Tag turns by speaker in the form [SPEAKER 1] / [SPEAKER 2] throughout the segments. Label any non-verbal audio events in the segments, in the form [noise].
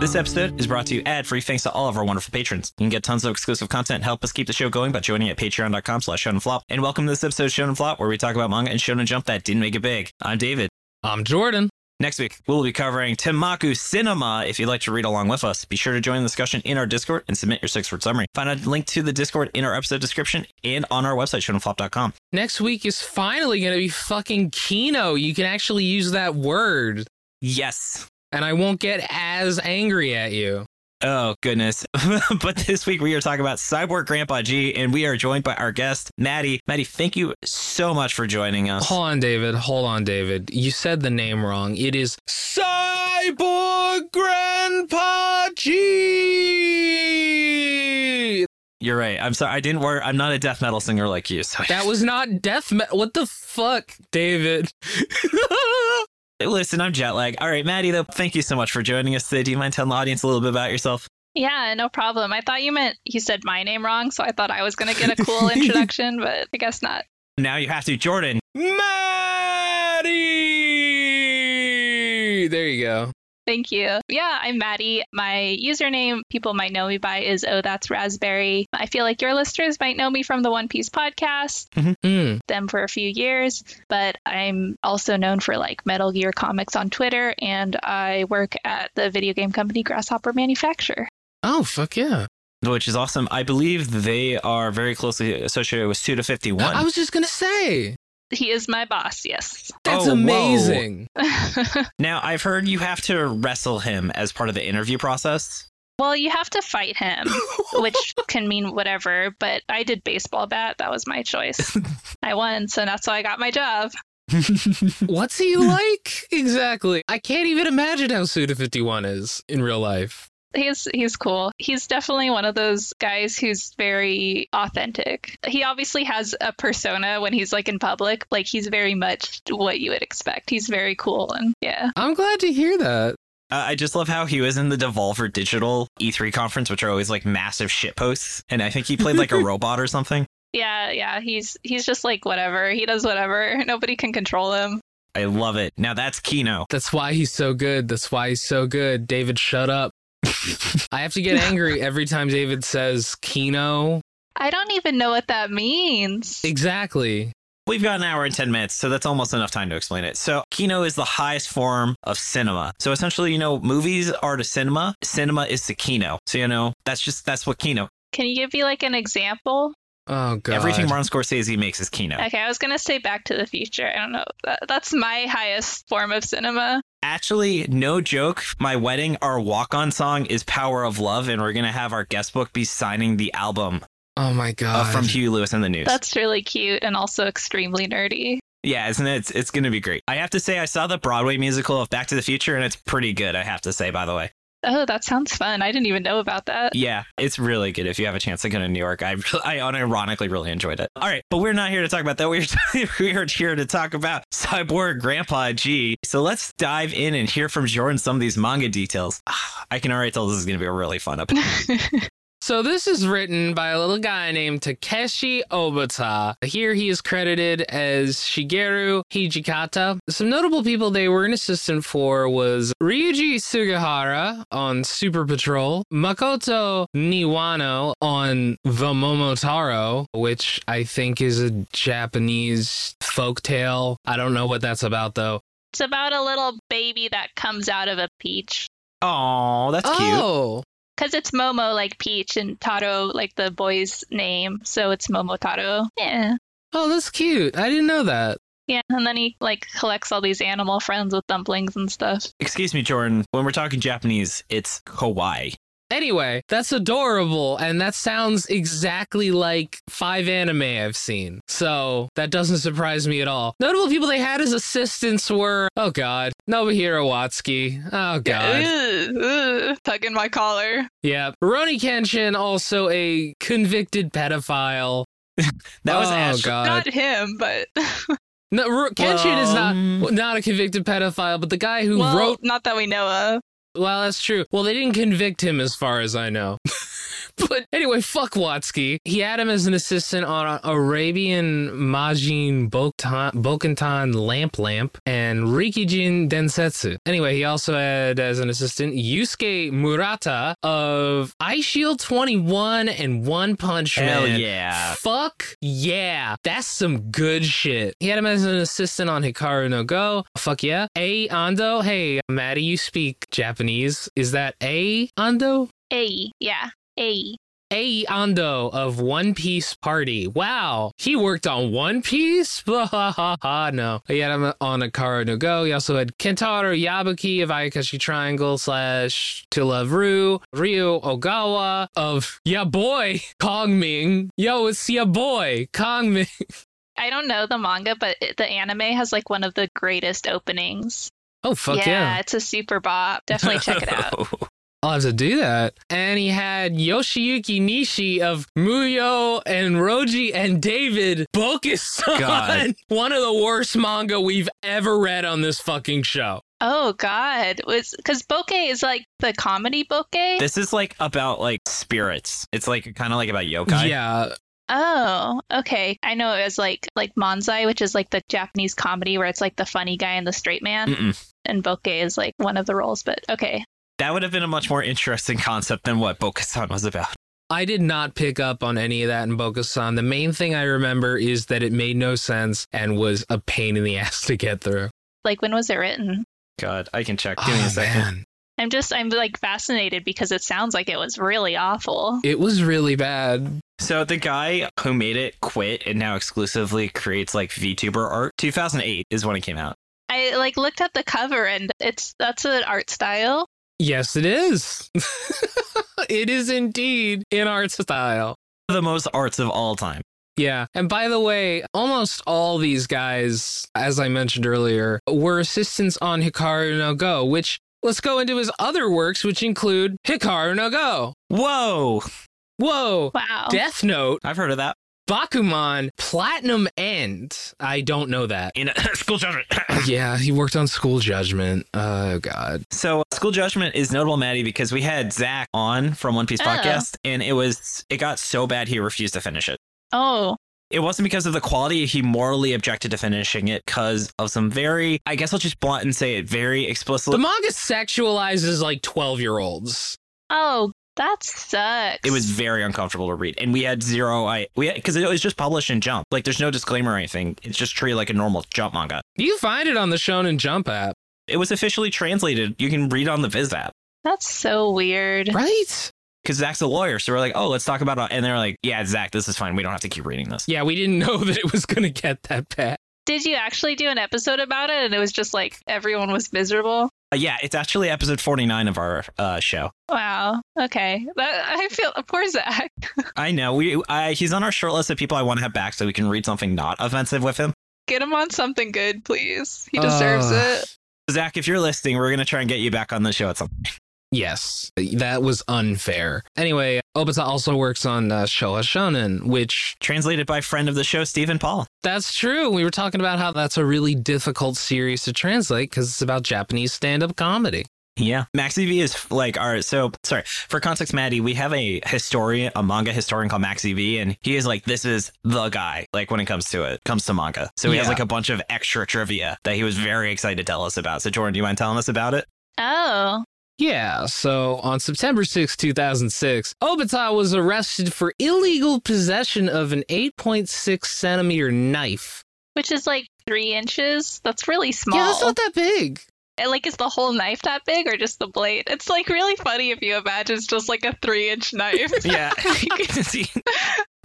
[SPEAKER 1] This episode is brought to you ad-free thanks to all of our wonderful patrons. You can get tons of exclusive content, help us keep the show going by joining at patreon.com slash shonen flop, and welcome to this episode of Shonen Flop, where we talk about manga and shonen jump that didn't make it big. I'm David.
[SPEAKER 2] I'm Jordan.
[SPEAKER 1] Next week, we'll be covering Temaku Cinema. If you'd like to read along with us, be sure to join the discussion in our Discord and submit your six-word summary. Find a link to the Discord in our episode description and on our website, shonenflop.com.
[SPEAKER 2] Next week is finally going to be fucking Kino. You can actually use that word,
[SPEAKER 1] Yes.
[SPEAKER 2] and I won't get as angry at you.
[SPEAKER 1] Oh, goodness. [laughs] but this week, we are talking about Cyborg Grandpa G, and we are joined by our guest, Maddie. Maddie, thank you so much for joining us.
[SPEAKER 2] Hold on, David. Hold on, David. You said the name wrong. It is Cyborg Grandpa G.
[SPEAKER 1] You're right. I'm sorry. I didn't work. I'm not a death metal singer like you. So
[SPEAKER 2] That was not death metal. What the fuck, David?
[SPEAKER 1] [laughs]
[SPEAKER 2] [laughs]
[SPEAKER 1] Listen, I'm jet lag. All right, Maddie, though, thank you so much for joining us today. Do you mind telling the audience a little bit about yourself?
[SPEAKER 3] Yeah, no problem. I thought you meant he said my name wrong, so I thought I was going to get a cool introduction, but I guess not.
[SPEAKER 1] Now you have to. Jordan,
[SPEAKER 2] Maddie. There you go.
[SPEAKER 3] Thank you. Yeah, I'm Maddie. My username people might know me by is Oh That's Raspberry. I feel like your listeners might know me from the One Piece podcast,
[SPEAKER 2] Mm.
[SPEAKER 3] them for a few years, but I'm also known for like Metal Gear comics on Twitter, and I work at the video game company Grasshopper Manufacture.
[SPEAKER 2] Oh fuck yeah.
[SPEAKER 1] which is awesome. I believe they are very closely associated with Suda 51.
[SPEAKER 2] I was just gonna say
[SPEAKER 3] He is my boss, yes. [laughs]
[SPEAKER 2] that's
[SPEAKER 1] Oh, whoa.
[SPEAKER 2] amazing.
[SPEAKER 1] now, I've heard you have to wrestle him as part of the interview
[SPEAKER 2] [laughs]
[SPEAKER 1] process.
[SPEAKER 3] well, you have to fight him. which can mean whatever, but I did baseball bat. That was my choice. I won, so that's how I got my job.
[SPEAKER 2] What's he like exactly? I can't even imagine how Suda Fifty One is in real life.
[SPEAKER 3] He's he's cool. He's definitely one of those guys who's very authentic. He obviously has a persona when he's like in public. Like he's very much what you would expect. He's very cool and yeah.
[SPEAKER 2] I'm glad to hear that.
[SPEAKER 1] Uh, I just love how he was in the Devolver Digital E3 conference, which are always like massive shitposts. And I think he played like a robot or something.
[SPEAKER 3] Yeah, yeah. He's he's just like whatever. He does whatever. [laughs] Nobody can control him.
[SPEAKER 1] I love it. Now, that's Kino.
[SPEAKER 2] That's why he's so good. That's why he's so good. David, shut up. [laughs] I have to get angry every time David says Kino.
[SPEAKER 3] I don't even know what that means.
[SPEAKER 2] Exactly.
[SPEAKER 1] We've got an hour and 10 minutes, so that's almost enough time to explain it. So, kino is the highest form of cinema. So, essentially, you know, movies are to cinema, cinema is to kino. So, you know, that's just, that's what kino.
[SPEAKER 3] Can you give me like an example?
[SPEAKER 2] Oh god.
[SPEAKER 1] Everything Martin Scorsese makes is kino.
[SPEAKER 3] Okay, I was gonna say Back to the Future. I don't know. That, that's my highest form of cinema.
[SPEAKER 1] Actually, no joke, my wedding, our walk on song is Power of Love, and we're going to have our guest book be signing the album
[SPEAKER 2] Oh my
[SPEAKER 1] uh,
[SPEAKER 2] god.
[SPEAKER 1] from Huey Lewis and the News.
[SPEAKER 3] That's really cute and also extremely nerdy.
[SPEAKER 1] yeah, isn't it? It's, it's going to be great. I have to say, I saw the Broadway musical of Back to the Future, and it's pretty good, I have to say, by the way.
[SPEAKER 3] Oh, that sounds fun. I didn't even know about that.
[SPEAKER 1] Yeah, it's really good. If you have a chance to go to New York, I [laughs] I unironically really enjoyed it. All right, but we're not here to talk about that. [laughs] We're we are here to talk about Cyborg Grandpa G. So let's dive in and hear from Jordan some of these manga details. [sighs] Ah, I can already tell this is going to be a really fun episode.
[SPEAKER 2] So this is written by a little guy named Takeshi Obata. Here he is credited as Shigeru Hijikata. Some notable people they were an assistant for was Ryuji Sugihara on Super Patrol, Makoto Niwano on The Momotaro, which I think is a Japanese folktale. I don't know what that's about though.
[SPEAKER 3] It's about a little baby that comes out of a peach.
[SPEAKER 1] Oh, that's cute.
[SPEAKER 2] oh,
[SPEAKER 3] Because it's Momo like Peach and Taro like the boy's name. So it's Momo Taro. Yeah.
[SPEAKER 2] oh, that's cute. I didn't know that.
[SPEAKER 3] Yeah. And then he like collects all these animal friends with dumplings and stuff.
[SPEAKER 1] Excuse me, Jordan. When we're talking Japanese, it's kawaii.
[SPEAKER 2] Anyway, that's adorable, and that sounds exactly like five anime I've seen. So that doesn't surprise me at all. Notable people they had as assistants were oh god, Nobuhiro Watsuki. Oh god.
[SPEAKER 3] Ooh, ooh, tugging my collar.
[SPEAKER 2] Yeah. Roni Kenshin, also a convicted pedophile.
[SPEAKER 1] That was
[SPEAKER 2] oh,
[SPEAKER 1] Ash.
[SPEAKER 2] God.
[SPEAKER 3] Not him, but
[SPEAKER 2] No, Ro- Kenshin is
[SPEAKER 1] Um,
[SPEAKER 2] not not a convicted pedophile, but the guy who
[SPEAKER 3] [laughs] well,
[SPEAKER 2] wrote
[SPEAKER 3] not that we know of.
[SPEAKER 2] Well, that's true. Well, they didn't convict him as far as I know. [laughs] but anyway, fuck Watsky. He had him as an assistant on Arabian Majin Bokutan, Bokutan Lamp Lamp and Rikijin Densetsu. Anyway, he also had as an assistant Yusuke Murata of Eye Shield 21 and One Punch
[SPEAKER 1] Hell
[SPEAKER 2] Man.
[SPEAKER 1] yeah.
[SPEAKER 2] Fuck yeah. That's some good shit. He had him as an assistant on Hikaru no Go. Fuck yeah. A Ando. Hey, Maddie, you speak Japanese. Is that A Ando?
[SPEAKER 3] A. Yeah. A.
[SPEAKER 2] A Ando of One Piece Party. Wow, he worked on One Piece? [laughs] Ha ha ha ha, no. He had him on Akaro no Go. He also had Kentaro Yabuki of Ayakashi Triangle slash To Love Ru. Ryu Ogawa of Ya Boy [laughs] Kongming. Yo, it's Ya Boy Kongming.
[SPEAKER 3] I don't know the manga, but it- the anime has like one of the greatest openings.
[SPEAKER 2] Oh, fuck yeah.
[SPEAKER 3] it's a super bop. Definitely check
[SPEAKER 1] [laughs]
[SPEAKER 3] it out.
[SPEAKER 2] I'll have to do that. And he had Yoshiyuki Nishi of Muyo and Roji and David Bokusan.
[SPEAKER 1] God.
[SPEAKER 2] [laughs] One of the worst manga we've ever read on this fucking show.
[SPEAKER 3] Oh God, was because bokeh is like the comedy bokeh.
[SPEAKER 1] This is like about like spirits. It's like kind of like about yokai.
[SPEAKER 2] Yeah.
[SPEAKER 3] oh, okay. I know it was like like manzai, which is like the Japanese comedy where it's like the funny guy and the straight man,
[SPEAKER 1] Mm-mm.
[SPEAKER 3] and bokeh is like one of the roles. But okay,
[SPEAKER 1] That would have been a much more interesting concept than what Bokusan was about.
[SPEAKER 2] I did not pick up on any of that in Bokusan. The main thing I remember is that it made no sense and was a pain in the [laughs] ass to get through.
[SPEAKER 3] like when was it written?
[SPEAKER 1] God, I can check. Give me
[SPEAKER 2] Oh,
[SPEAKER 1] a second.
[SPEAKER 2] man.
[SPEAKER 3] I'm just I'm like fascinated because it sounds like it was really awful.
[SPEAKER 2] It was really bad.
[SPEAKER 1] So the guy who made it quit and now exclusively creates like VTuber art. 2008 is when it came out.
[SPEAKER 3] I like looked at the cover and it's that's an art style.
[SPEAKER 2] Yes, it is. [laughs] it is indeed in art style.
[SPEAKER 1] The most arts of all time.
[SPEAKER 2] Yeah. And by the way, almost all these guys, as I mentioned earlier, were assistants on Hikaru no Go, which let's go into his other works, which include Hikaru no Go.
[SPEAKER 1] Whoa,
[SPEAKER 2] Whoa.
[SPEAKER 3] Wow.
[SPEAKER 2] Death Note,
[SPEAKER 1] I've heard of that.
[SPEAKER 2] Bakuman, Platinum End. I don't know that. [clears throat]
[SPEAKER 1] In school judgment.
[SPEAKER 2] yeah, he worked on School Judgment. Oh, God.
[SPEAKER 1] so school judgment is notable, Maddie, because we had Zach on from One Piece
[SPEAKER 3] Oh.
[SPEAKER 1] podcast, and it was it got so bad he refused to finish it.
[SPEAKER 3] Oh,
[SPEAKER 1] It wasn't because of the quality; he morally objected to finishing it because of some very, I guess I'll just blunt and say it, very explicit.
[SPEAKER 2] The manga sexualizes like 12 year olds.
[SPEAKER 3] oh, that sucks.
[SPEAKER 1] it was very uncomfortable to read and we had zero i we because it was just published in jump like there's no disclaimer or anything it's just treated like a normal jump manga
[SPEAKER 2] You can find it on the Shonen Jump app,
[SPEAKER 1] it was officially translated you can read on the viz app
[SPEAKER 3] that's so weird.
[SPEAKER 2] right?
[SPEAKER 1] because zach's a lawyer so we're like oh let's talk about it and they're like yeah zach this is fine we don't have to keep reading this
[SPEAKER 2] Yeah, we didn't [laughs] know that it was going to get that bad.
[SPEAKER 3] Did you actually do an episode about it and it was just like everyone was miserable?
[SPEAKER 1] Uh, yeah it's actually episode 49 of our uh, show
[SPEAKER 3] Wow. Okay. That, I feel poor Zach. [laughs]
[SPEAKER 1] i know we I, he's on our short list of people i want to have back so we can read something not offensive with him
[SPEAKER 3] Get him on something good, please. He deserves
[SPEAKER 2] Ugh.
[SPEAKER 3] it.
[SPEAKER 1] zach if you're listening we're going to try and get you back on the show at some
[SPEAKER 2] Yes, that was unfair. Anyway, Obata also works on uh, Showa Shonen, which
[SPEAKER 1] translated by friend of the show stephen paul
[SPEAKER 2] that's true. We were talking about how that's a really difficult series to translate because it's about Japanese stand up comedy.
[SPEAKER 1] Yeah. Maxie V is like our so sorry. For context, Maddie, we have a historian, a manga historian called Maxie V, and he is like, this is the guy, like when it comes to it comes to manga. So he has
[SPEAKER 2] Yeah.
[SPEAKER 1] like a bunch of extra trivia that he was very excited to tell us about. So Jordan, do you mind telling us about it?
[SPEAKER 3] Oh.
[SPEAKER 2] Yeah, so on September 6, 2006, Obata was arrested for illegal possession of an 8.6 centimeter knife.
[SPEAKER 3] Which is like three inches. That's really small.
[SPEAKER 2] Yeah, that's not that big.
[SPEAKER 3] And, like, is the whole knife that big or just the blade? It's like really funny if you imagine it's just like a three inch knife.
[SPEAKER 1] Yeah. [laughs]
[SPEAKER 3] [laughs]
[SPEAKER 1] it's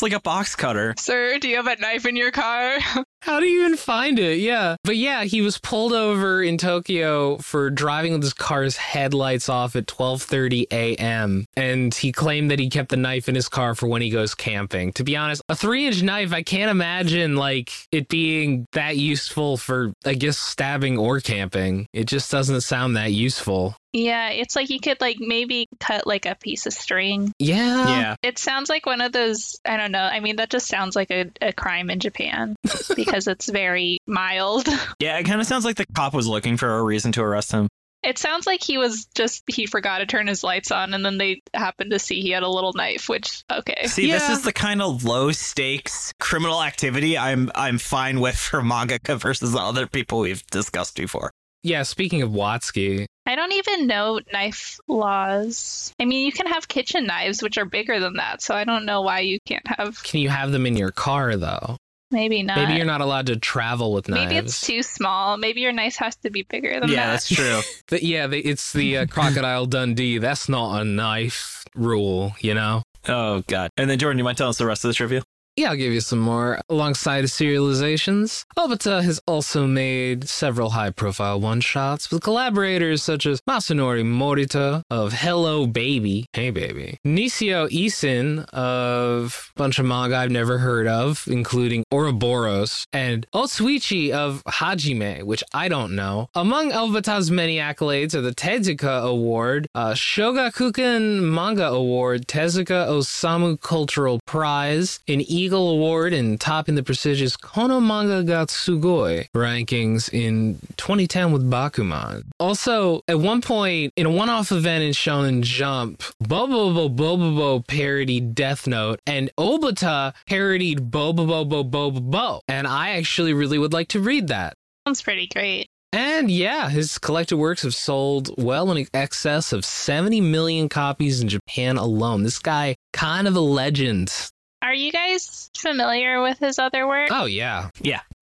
[SPEAKER 1] like a box cutter.
[SPEAKER 3] Sir, do you have a knife in your car? [laughs]
[SPEAKER 2] How do you even find it? Yeah. But yeah, he was pulled over in Tokyo for driving with his car's headlights off at 12:30 a.m. and he claimed that he kept the knife in his car for when he goes camping. To be honest, a 3-inch knife, I can't imagine like it being that useful for I guess stabbing or camping. It just doesn't sound that useful.
[SPEAKER 3] yeah, it's like you could like maybe cut like a piece of string.
[SPEAKER 2] Yeah.
[SPEAKER 1] yeah.
[SPEAKER 3] It sounds like one of those. I don't know. I mean, that just sounds like a, a crime in Japan because it's very mild. [laughs]
[SPEAKER 1] Yeah. It kind of sounds like the cop was looking for a reason to arrest him.
[SPEAKER 3] It sounds like he was just he forgot to turn his lights on, and then they happened to see he had a little knife. Which okay,
[SPEAKER 1] See, this
[SPEAKER 2] Yeah.
[SPEAKER 1] is the kind of low stakes criminal activity I'm I'm fine with for mangaka versus the other people we've discussed before.
[SPEAKER 2] Yeah, speaking of Watsky,
[SPEAKER 3] I don't even know knife laws. I mean, you can have kitchen knives, which are bigger than that, so I don't know why you can't have.
[SPEAKER 2] can you have them in your car though?
[SPEAKER 3] Maybe not.
[SPEAKER 2] Maybe you're not allowed to travel with knives.
[SPEAKER 3] Uh, Maybe it's too small. Maybe your knife has to be bigger than
[SPEAKER 1] Yeah,
[SPEAKER 3] that.
[SPEAKER 1] that's true.
[SPEAKER 2] But yeah, the, it's the uh, crocodile Dundee. That's not a knife rule, you know.
[SPEAKER 1] [laughs] oh god. And then Jordan, you mind telling us the rest of this review?
[SPEAKER 2] Yeah, I'll give you some more. Alongside his serializations, Obata has also made several high profile one shots with collaborators such as Masunori Morita of Hello Baby. Hey, baby. Nisio Isin of a bunch of manga I've never heard of, including Ouroboros, and Otsuichi of Hajime, which I don't know. Among Obata's many accolades are the Tezuka Award, uh, Shogakukan Manga Award, Tezuka Osamu Cultural Prize, an Eagle Award, and topping the prestigious Kono Manga ga Tsugoi rankings in 2010 with Bakuman. Also, at one point, in a one off event in Shonen Jump, Bobobo Bobobo parodied Death Note, and Obata parodied Bobobo Bobobo. And I actually really would like to read that.
[SPEAKER 3] Sounds pretty great.
[SPEAKER 2] And yeah, his collected works have sold well in excess of 70 million copies in Japan alone. This guy, kind of a legend.
[SPEAKER 3] Are you guys familiar with his other work?
[SPEAKER 2] Oh, yeah.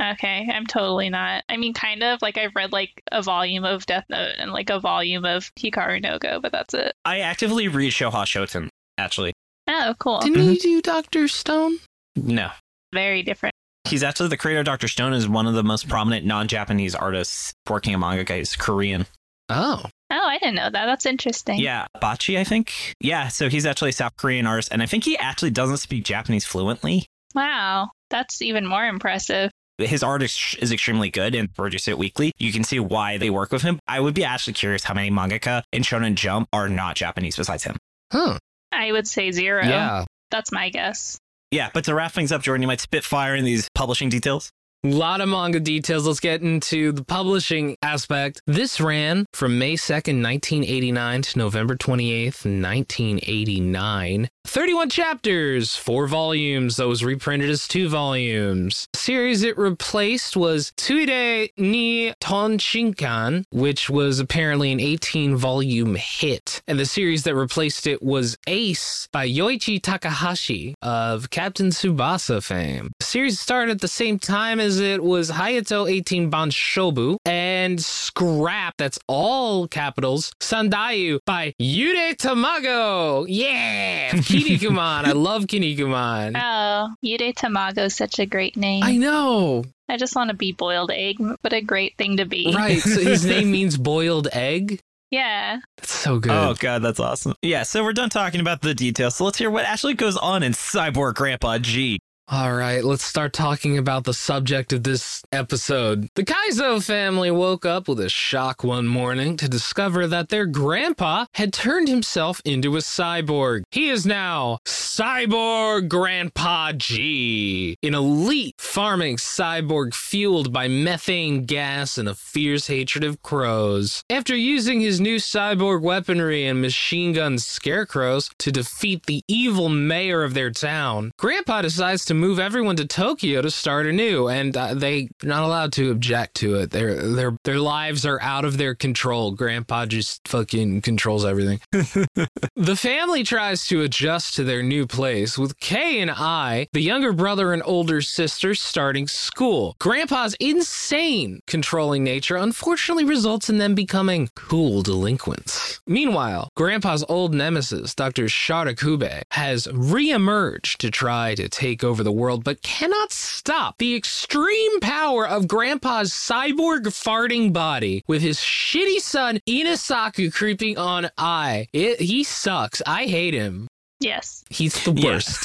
[SPEAKER 3] Okay, I'm totally not. I mean, kind of. Like, I've read like a volume of Death Note and like a volume of Hikaru no Go, but that's it.
[SPEAKER 1] I actively read Shoha Shoten, actually.
[SPEAKER 3] Oh, cool.
[SPEAKER 2] Didn't he do Dr. Stone?
[SPEAKER 1] No.
[SPEAKER 3] Very different.
[SPEAKER 1] He's actually the creator of Dr. Stone is one of the most prominent non-Japanese artists working in manga. He's Korean.
[SPEAKER 2] Oh.
[SPEAKER 3] Oh, I didn't know that. That's interesting.
[SPEAKER 1] Yeah, Bachi, I think. Yeah, so he's actually a South Korean artist and I think he actually doesn't speak Japanese fluently.
[SPEAKER 3] Wow. That's even more impressive.
[SPEAKER 1] his art is, is extremely good and produce it weekly. You can see why they work with him. I would be actually curious how many mangaka in Shonen Jump are not Japanese besides him.
[SPEAKER 2] Huh.
[SPEAKER 3] I would say zero.
[SPEAKER 2] Yeah.
[SPEAKER 3] That's my guess.
[SPEAKER 1] Yeah, but to wrap things up, Jordan, you might spitfire in these publishing details.
[SPEAKER 2] lot of manga details. Let's get into the publishing aspect. This ran from May 2nd, 1989 to November 28th, 1989. 31 chapters, four volumes, that was reprinted as two volumes. series it replaced was Tsuide ni Tonshinkan, which was apparently an 18 volume hit. And the series that replaced it was Ace by Yoichi Takahashi of Captain Tsubasa fame. The series started at the same time as it was Hayato 18 Banshobu and Scrap, that's all capitals, Sandayu by Yude Tamago. Yeah! Kinikuman. I love Kinikuman.
[SPEAKER 3] Oh, Yude Tamago is such a great name.
[SPEAKER 2] I
[SPEAKER 3] I,
[SPEAKER 2] know.
[SPEAKER 3] just want to be boiled egg. What a great thing to be.
[SPEAKER 2] Right. So his name means boiled egg.
[SPEAKER 3] Yeah.
[SPEAKER 2] That's so good.
[SPEAKER 1] Oh, God, that's awesome. Yeah, so we're done talking about the details. So let's hear what actually goes on in Cyborg Grandpa G.
[SPEAKER 2] All right, let's start talking about the subject of this episode. The Kaizo family woke up with a shock one morning to discover that their grandpa had turned himself into a cyborg. He is now Cyborg Grandpa G, an elite farming cyborg fueled by methane gas and a fierce hatred of crows. After using his new cyborg weaponry and machine gun scarecrows to defeat the evil mayor of their town, Grandpa decides to move everyone to Tokyo to start anew, and uh, they're not allowed to object to it. Their their their lives are out of their control. Grandpa just fucking controls everything. The family tries to adjust to their new place with Kay and I, the younger brother and older sister, starting school. Grandpa's insane controlling nature unfortunately results in them becoming cool delinquents. Meanwhile, Grandpa's old nemesis, Dr. Sharakube, has reemerged to try to take over the world but cannot stop the extreme power of Grandpa's cyborg farting body with his shitty son Inasaku creeping on I. It, he sucks. I hate him.
[SPEAKER 3] Yes.
[SPEAKER 2] He's the
[SPEAKER 1] Yeah.
[SPEAKER 2] worst.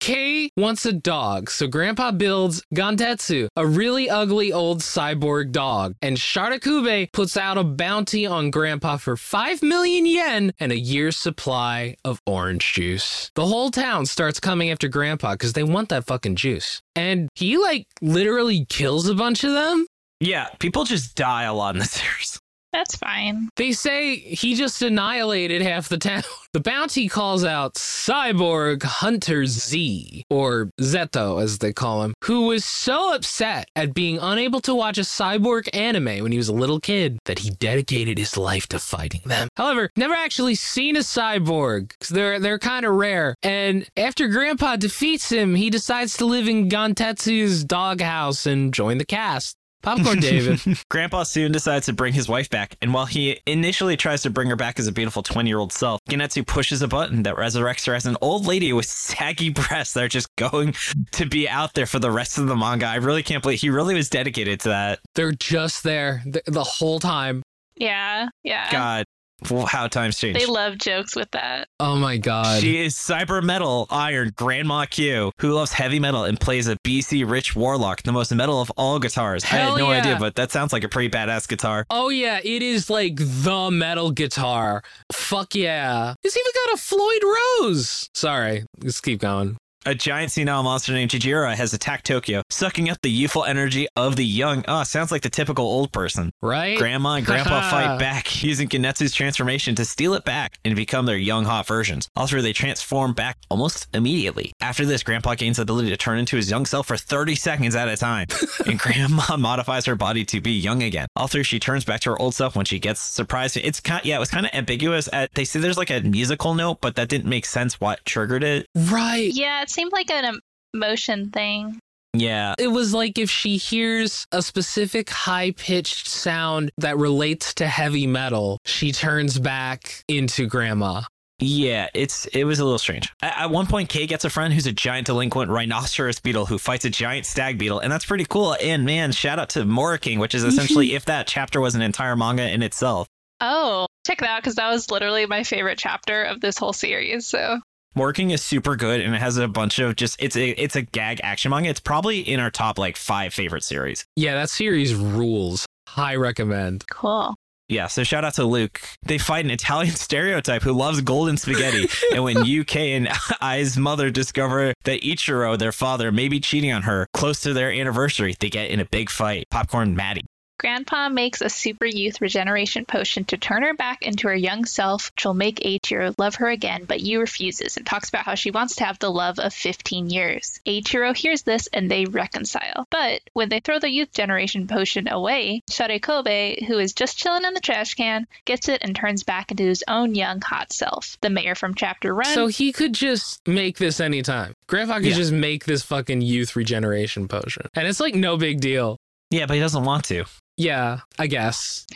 [SPEAKER 2] Kay wants a dog, so Grandpa builds Gondetsu, a really ugly old cyborg dog. And Sharakube puts out a bounty on Grandpa for 5 million yen and a year's supply of orange juice. The whole town starts coming after Grandpa because they want that fucking juice. And he, like, literally kills a bunch of them.
[SPEAKER 1] Yeah, people just die a lot in the [laughs] series.
[SPEAKER 3] That's fine.
[SPEAKER 2] They say he just annihilated half the town. [laughs] The bounty calls out Cyborg Hunter Z, or Zeto as they call him, who was so upset at being unable to watch a cyborg anime when he was a little kid that he dedicated his life to fighting them. However, never actually seen a cyborg 'cause they're they're kind of rare. And after Grandpa defeats him, he decides to live in Gontetsu's doghouse and join the cast. Popcorn David.
[SPEAKER 1] Grandpa soon decides to bring his wife back, and while he initially tries to bring her back as a beautiful 20 year old self, Genetsu pushes a button that resurrects her as an old lady with saggy breasts that are just going to be out there for the rest of the manga. I really can't believe he really was dedicated to that.
[SPEAKER 2] They're just there th- the whole time.
[SPEAKER 3] Yeah,
[SPEAKER 2] Uh,
[SPEAKER 3] yeah.
[SPEAKER 1] God, well, how times change.
[SPEAKER 3] They love jokes with that.
[SPEAKER 2] Oh my god.
[SPEAKER 1] She is cyber metal iron grandma Q, who loves heavy metal and plays a BC rich warlock, the most metal of all guitars. I
[SPEAKER 2] Hell
[SPEAKER 1] had no
[SPEAKER 2] yeah.
[SPEAKER 1] idea, but that sounds like a pretty badass guitar.
[SPEAKER 2] oh yeah, it is like the metal guitar. Fuck yeah. It's even got a Floyd Rose. Sorry, let's keep going.
[SPEAKER 1] A giant senile monster named Jijira has attacked Tokyo, sucking up the youthful energy of the young. Ah, sounds like the typical old person.
[SPEAKER 2] Right?
[SPEAKER 1] Grandma and Grandpa fight back, [laughs] using Genetsu's transformation to steal it back and become their young hot versions. Also, they transform back almost immediately. After this, Grandpa gains the ability to turn into his young self for 30 seconds at a time, and Grandma modifies her body to be young again. Also, she turns back to her old self when she gets surprised. It's kind, yeah, it was kind of ambiguous. At, they say there's like a musical note, but that didn't make sense. What triggered it?
[SPEAKER 2] right.
[SPEAKER 3] Yeah, it seemed like an emotion thing.
[SPEAKER 1] Yeah,
[SPEAKER 2] It was like if she hears a specific high pitched sound that relates to heavy metal, she turns back into grandma.
[SPEAKER 1] Yeah, it's it was a little strange. At, at one point, Kay gets a friend who's a giant delinquent rhinoceros beetle who fights a giant stag beetle, and that's pretty cool. And man, shout out to Mora King, which is essentially if that chapter was an entire manga in itself.
[SPEAKER 3] Oh, check that out because that was literally my favorite chapter of this whole series. So
[SPEAKER 1] Mora King is super good, and it has a bunch of just it's a it's a gag action manga. It's probably in our top like five favorite series.
[SPEAKER 2] Yeah, that series rules. High recommend.
[SPEAKER 3] cool.
[SPEAKER 1] Yeah, so shout out to Luke. They fight an Italian [laughs] stereotype who loves golden spaghetti. and when UK and [laughs] I's mother discover that Ichiro, their father, may be cheating on her close to their anniversary, they get in a big fight. Popcorn Maddie.
[SPEAKER 3] Grandpa makes a super youth regeneration potion to turn her back into her young self, which will make Eiichiro love her again, but Yu refuses and talks about how she wants to have the love of 15 years. Eiichiro hears this and they reconcile. But when they throw the youth generation potion away, Share Kobe, who is just chilling in the trash can, gets it and turns back into his own young hot self. The mayor from Chapter Run.
[SPEAKER 2] So he could just make this anytime. Grandpa could
[SPEAKER 1] Yeah.
[SPEAKER 2] just make this fucking youth regeneration potion. And it's like no big deal.
[SPEAKER 1] Yeah, but he doesn't want to.
[SPEAKER 2] Yeah, I
[SPEAKER 3] [laughs]
[SPEAKER 2] guess.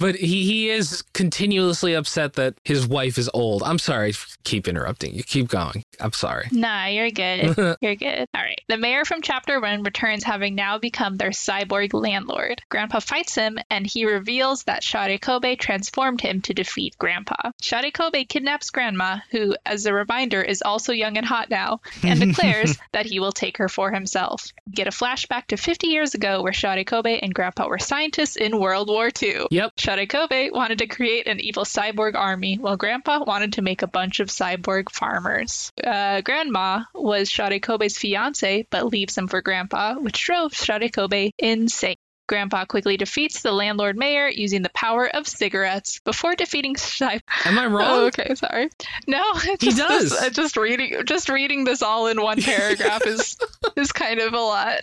[SPEAKER 2] but he, he is continuously upset that his wife is old. I'm sorry, f- keep interrupting you. Keep going. I'm sorry.
[SPEAKER 3] Nah,
[SPEAKER 2] [laughs]
[SPEAKER 3] you're good. you're good. All right. The mayor from Chapter 1 returns having now become their cyborg landlord. Grandpa fights him, and he reveals that Shade Kobe transformed him to defeat Grandpa. Shade Kobe kidnaps Grandma, who, as a reminder, is also young and hot now, and declares that he will take her for himself. We Get a flashback to 50 years ago where Shade Kobe and Grandpa were scientists in World War II.
[SPEAKER 2] Yep.
[SPEAKER 3] Shade Kobe wanted to create an evil cyborg army, while Grandpa wanted to make a bunch of cyborg farmers. Uh, Grandma was Shade Kobe's fiance, but leaves him for Grandpa, which drove Shade Kobe insane. Grandpa quickly defeats the landlord mayor using the power of cigarettes before defeating Cyborg.
[SPEAKER 2] Am I wrong?
[SPEAKER 3] [laughs] Oh, okay, sorry. No, [laughs] it's
[SPEAKER 2] He
[SPEAKER 3] just,
[SPEAKER 2] does.
[SPEAKER 3] This, uh, just reading, just reading this all in [laughs] one paragraph is is kind of a lot.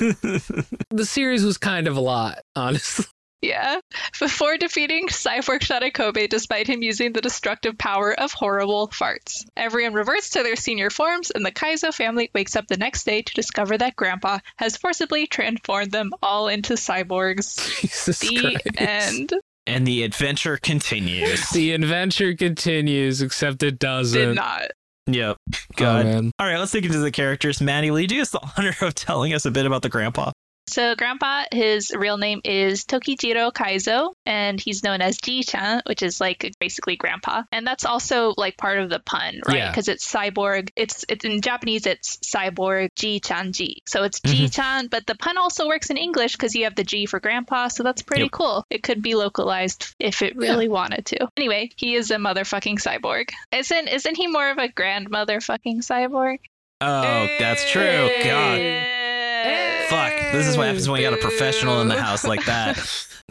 [SPEAKER 2] The series was kind of a lot, honestly. [laughs]
[SPEAKER 3] Yeah. [laughs] Before defeating Cyborg Shadow Kobe, despite him using the destructive power of horrible farts. Everyone reverts to their senior forms, and the Kaizo family wakes up the next day to discover that Grandpa has forcibly transformed them all into cyborgs.
[SPEAKER 2] Jesus
[SPEAKER 3] The
[SPEAKER 2] Christ.
[SPEAKER 3] end.
[SPEAKER 1] and the adventure continues.
[SPEAKER 2] The adventure continues, except it doesn't.
[SPEAKER 3] Did not.
[SPEAKER 1] yep.
[SPEAKER 2] Oh,
[SPEAKER 1] God.
[SPEAKER 2] man.
[SPEAKER 1] All right, let's dig into the characters. Maddie, will you do us the [laughs] honor of telling us a bit about the grandpa?
[SPEAKER 3] So, Grandpa, his real name is Tokijiro Kaizo, and he's known as Ji-chan, which is like basically Grandpa. And that's also like part of the pun, right?
[SPEAKER 2] Yeah.
[SPEAKER 3] Because it's cyborg. It's it's in Japanese, it's cyborg Ji-chan Ji. So it's
[SPEAKER 1] Mhm.
[SPEAKER 3] Ji-chan, but the pun also works in English because you have the G for Grandpa, so that's pretty
[SPEAKER 1] Yep.
[SPEAKER 3] cool. It could be localized if it really wanted to. Anyway, he is a motherfucking cyborg. Isn't isn't he more of a grandmotherfucking cyborg?
[SPEAKER 1] Oh, that's Oh, true. God.
[SPEAKER 3] Yeah.
[SPEAKER 2] Hey!
[SPEAKER 1] Fuck, this is what happens when you got a professional in the house like that.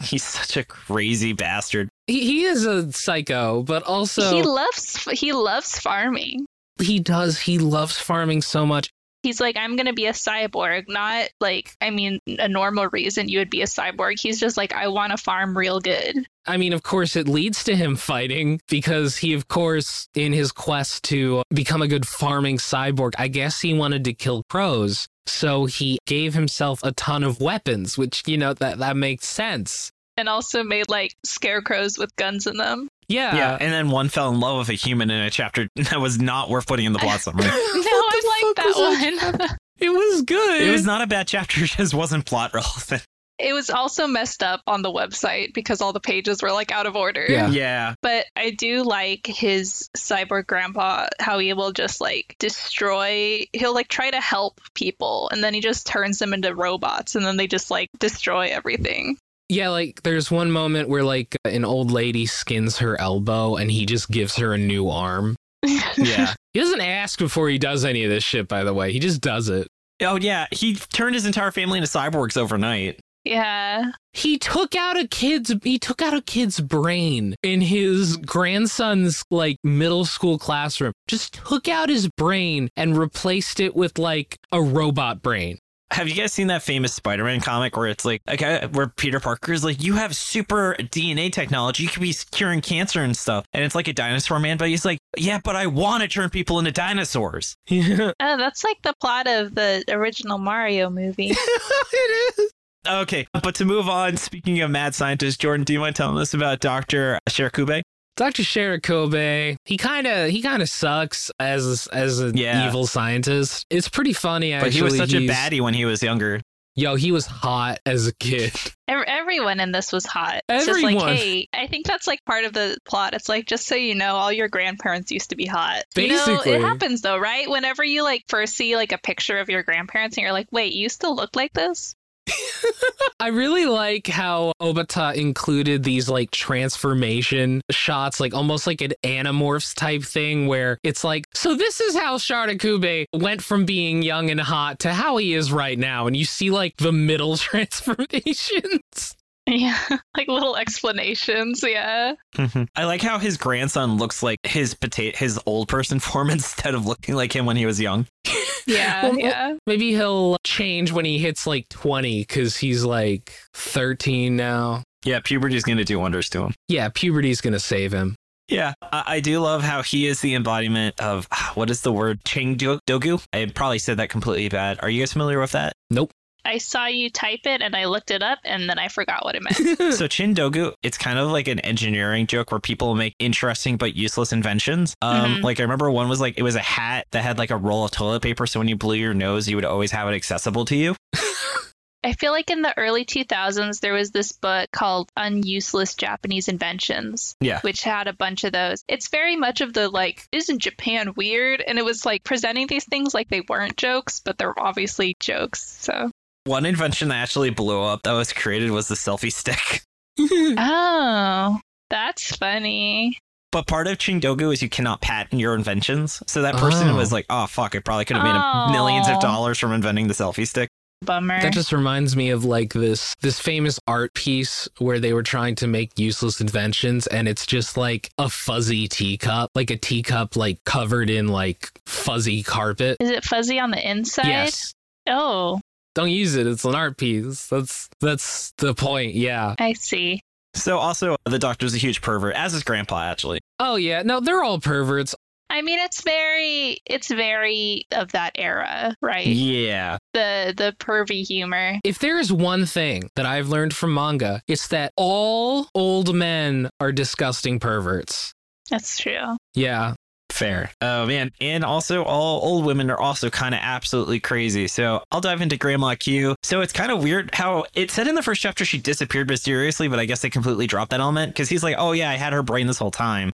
[SPEAKER 1] He's such a crazy bastard.
[SPEAKER 2] He, he is a psycho, but also
[SPEAKER 3] he loves he loves farming.
[SPEAKER 2] he does. He loves farming so much.
[SPEAKER 3] He's like, I'm gonna be a cyborg, not like I mean a normal reason you would be a cyborg. He's just like, I want to farm real good.
[SPEAKER 2] I mean, of course, it leads to him fighting because he, of course, in his quest to become a good farming cyborg, I guess he wanted to kill crows. So he gave himself a ton of weapons, which, you know, that, that makes sense.
[SPEAKER 3] and also made like scarecrows with guns in them.
[SPEAKER 2] Yeah. [laughs]
[SPEAKER 1] yeah, and then one fell in love with a human in a chapter [laughs] that was not worth putting in the plot
[SPEAKER 2] [laughs]
[SPEAKER 1] summary.
[SPEAKER 3] [laughs] No, I like that [laughs] one.
[SPEAKER 2] It was good.
[SPEAKER 1] it was not a bad chapter, [laughs] it just wasn't plot relevant.
[SPEAKER 3] it was also messed up on the website because all the pages were like out of order.
[SPEAKER 1] [laughs]
[SPEAKER 2] Yeah.
[SPEAKER 1] Yeah,
[SPEAKER 3] But I do like his cyborg grandpa, how he will just like destroy, he'll like try to help people and then he just turns them into robots and then they just like destroy everything.
[SPEAKER 2] Yeah, like there's one moment where like an old lady skins her elbow and he just gives her a new arm.
[SPEAKER 1] yeah.
[SPEAKER 2] He doesn't ask before he does any of this shit, by the way. He just does it.
[SPEAKER 1] Oh yeah, he turned his entire family into cyborgs overnight.
[SPEAKER 3] [laughs] yeah.
[SPEAKER 2] He took out a kid's he took out a kid's brain in his grandson's like middle school classroom. Just took out his brain and replaced it with like a robot brain. [laughs]
[SPEAKER 1] Have you guys seen that famous Spider-Man comic where it's like, okay, where Peter Parker is like, you have super DNA technology, you could be curing cancer and stuff, and it's like a dinosaur man, but he's like, yeah, but I want to turn people into dinosaurs.
[SPEAKER 2] Yeah.
[SPEAKER 3] Oh, that's like the plot of the original
[SPEAKER 2] [laughs]
[SPEAKER 3] Mario movie.
[SPEAKER 2] [laughs] it is.
[SPEAKER 1] Okay, but to move on, speaking of mad scientists, Jordan, do you mind telling us about Doctor Shirakube?
[SPEAKER 2] Dr. Sharakobe, he kind of he kind of sucks as as an
[SPEAKER 1] Yeah.
[SPEAKER 2] evil scientist. It's pretty funny actually.
[SPEAKER 1] But he was such a
[SPEAKER 2] He's-
[SPEAKER 1] baddie when he was younger. [laughs]
[SPEAKER 2] Yo, he was hot as a kid.
[SPEAKER 3] Ev- Everyone in this was hot. It's just like,
[SPEAKER 2] Everyone.
[SPEAKER 3] hey, I think that's like part of the plot. It's like, just so you know, all your grandparents used to be hot. You
[SPEAKER 2] Basically.
[SPEAKER 3] know, it happens though, right? Whenever you like first see like a picture of your grandparents and you're like, wait, you still look like this? [laughs]
[SPEAKER 2] I really like how Obata included these like transformation shots, like almost like an anamorphs type thing where it's like, so this is how Shardakube went from being young and hot to how he is right now. And you see like the middle [laughs] transformations.
[SPEAKER 3] Yeah. like little explanations. Yeah.
[SPEAKER 2] [laughs]
[SPEAKER 1] I like how his grandson looks like his potato, his old person [laughs] form instead of looking like him when he was young.
[SPEAKER 3] Yeah.
[SPEAKER 2] Well,
[SPEAKER 3] yeah.
[SPEAKER 2] Maybe he'll change when he hits like 20 because he's like 13 now.
[SPEAKER 1] Yeah, puberty's gonna do wonders to him.
[SPEAKER 2] Yeah, puberty's going to save him. [laughs]
[SPEAKER 1] Yeah, I, I do love how he is the embodiment of [sighs] ah, what is the word Ching do- Dogu. I probably said that completely bad. Are you guys familiar with that?
[SPEAKER 3] I saw you type it and I looked it up and then I forgot what it meant.
[SPEAKER 2] Hmm.
[SPEAKER 1] so Chin Dogu, it's kind of like an engineering joke where people make interesting but useless inventions. Um,
[SPEAKER 3] Mhm.
[SPEAKER 1] like I remember one was like it was a hat that had like a roll of toilet paper, so when you blew your nose, you would always have it accessible to you.
[SPEAKER 3] I feel like in the early 2000s, there was this book called Unuseless Japanese Inventions,
[SPEAKER 1] Yeah.
[SPEAKER 3] which had a bunch of those. It's very much of the like, isn't Japan weird? And it was like presenting these things like they weren't jokes, but they're obviously jokes. So,
[SPEAKER 1] One invention that actually blew up that was created was the selfie stick. [laughs]
[SPEAKER 2] Hmm.
[SPEAKER 3] oh, that's funny.
[SPEAKER 1] But part of Chingdogu is you cannot patent your inventions. So that person
[SPEAKER 2] Oh.
[SPEAKER 1] was like, oh, fuck, I probably could have made a- millions of
[SPEAKER 3] Oh.
[SPEAKER 1] dollars from inventing the selfie stick.
[SPEAKER 3] Bummer.
[SPEAKER 2] That just reminds me of like this this famous art piece where they were trying to make useless inventions and it's just like a fuzzy teacup, like a teacup like covered in like fuzzy carpet.
[SPEAKER 3] Is it fuzzy on the inside?
[SPEAKER 2] Yes.
[SPEAKER 3] Oh,
[SPEAKER 2] Don't use it. It's an art piece. That's that's the point. Yeah.
[SPEAKER 3] I see.
[SPEAKER 1] So also, the doctor's a huge pervert, as is Grandpa, actually.
[SPEAKER 2] Oh yeah. No, they're all perverts.
[SPEAKER 3] I mean, it's very, it's very of that era, right?
[SPEAKER 1] Yeah.
[SPEAKER 3] The the pervy humor.
[SPEAKER 2] If there is one thing that I've learned from manga, it's that all old men are disgusting perverts.
[SPEAKER 3] That's true.
[SPEAKER 2] Yeah. [laughs]
[SPEAKER 1] Fair. Oh, man. And also, all old women are also kind of absolutely crazy. So I'll dive into Grandma Q. So it's kind of weird how it said in the first chapter she disappeared mysteriously, but I guess they completely dropped that element because he's like, oh, yeah, I had her brain this whole time.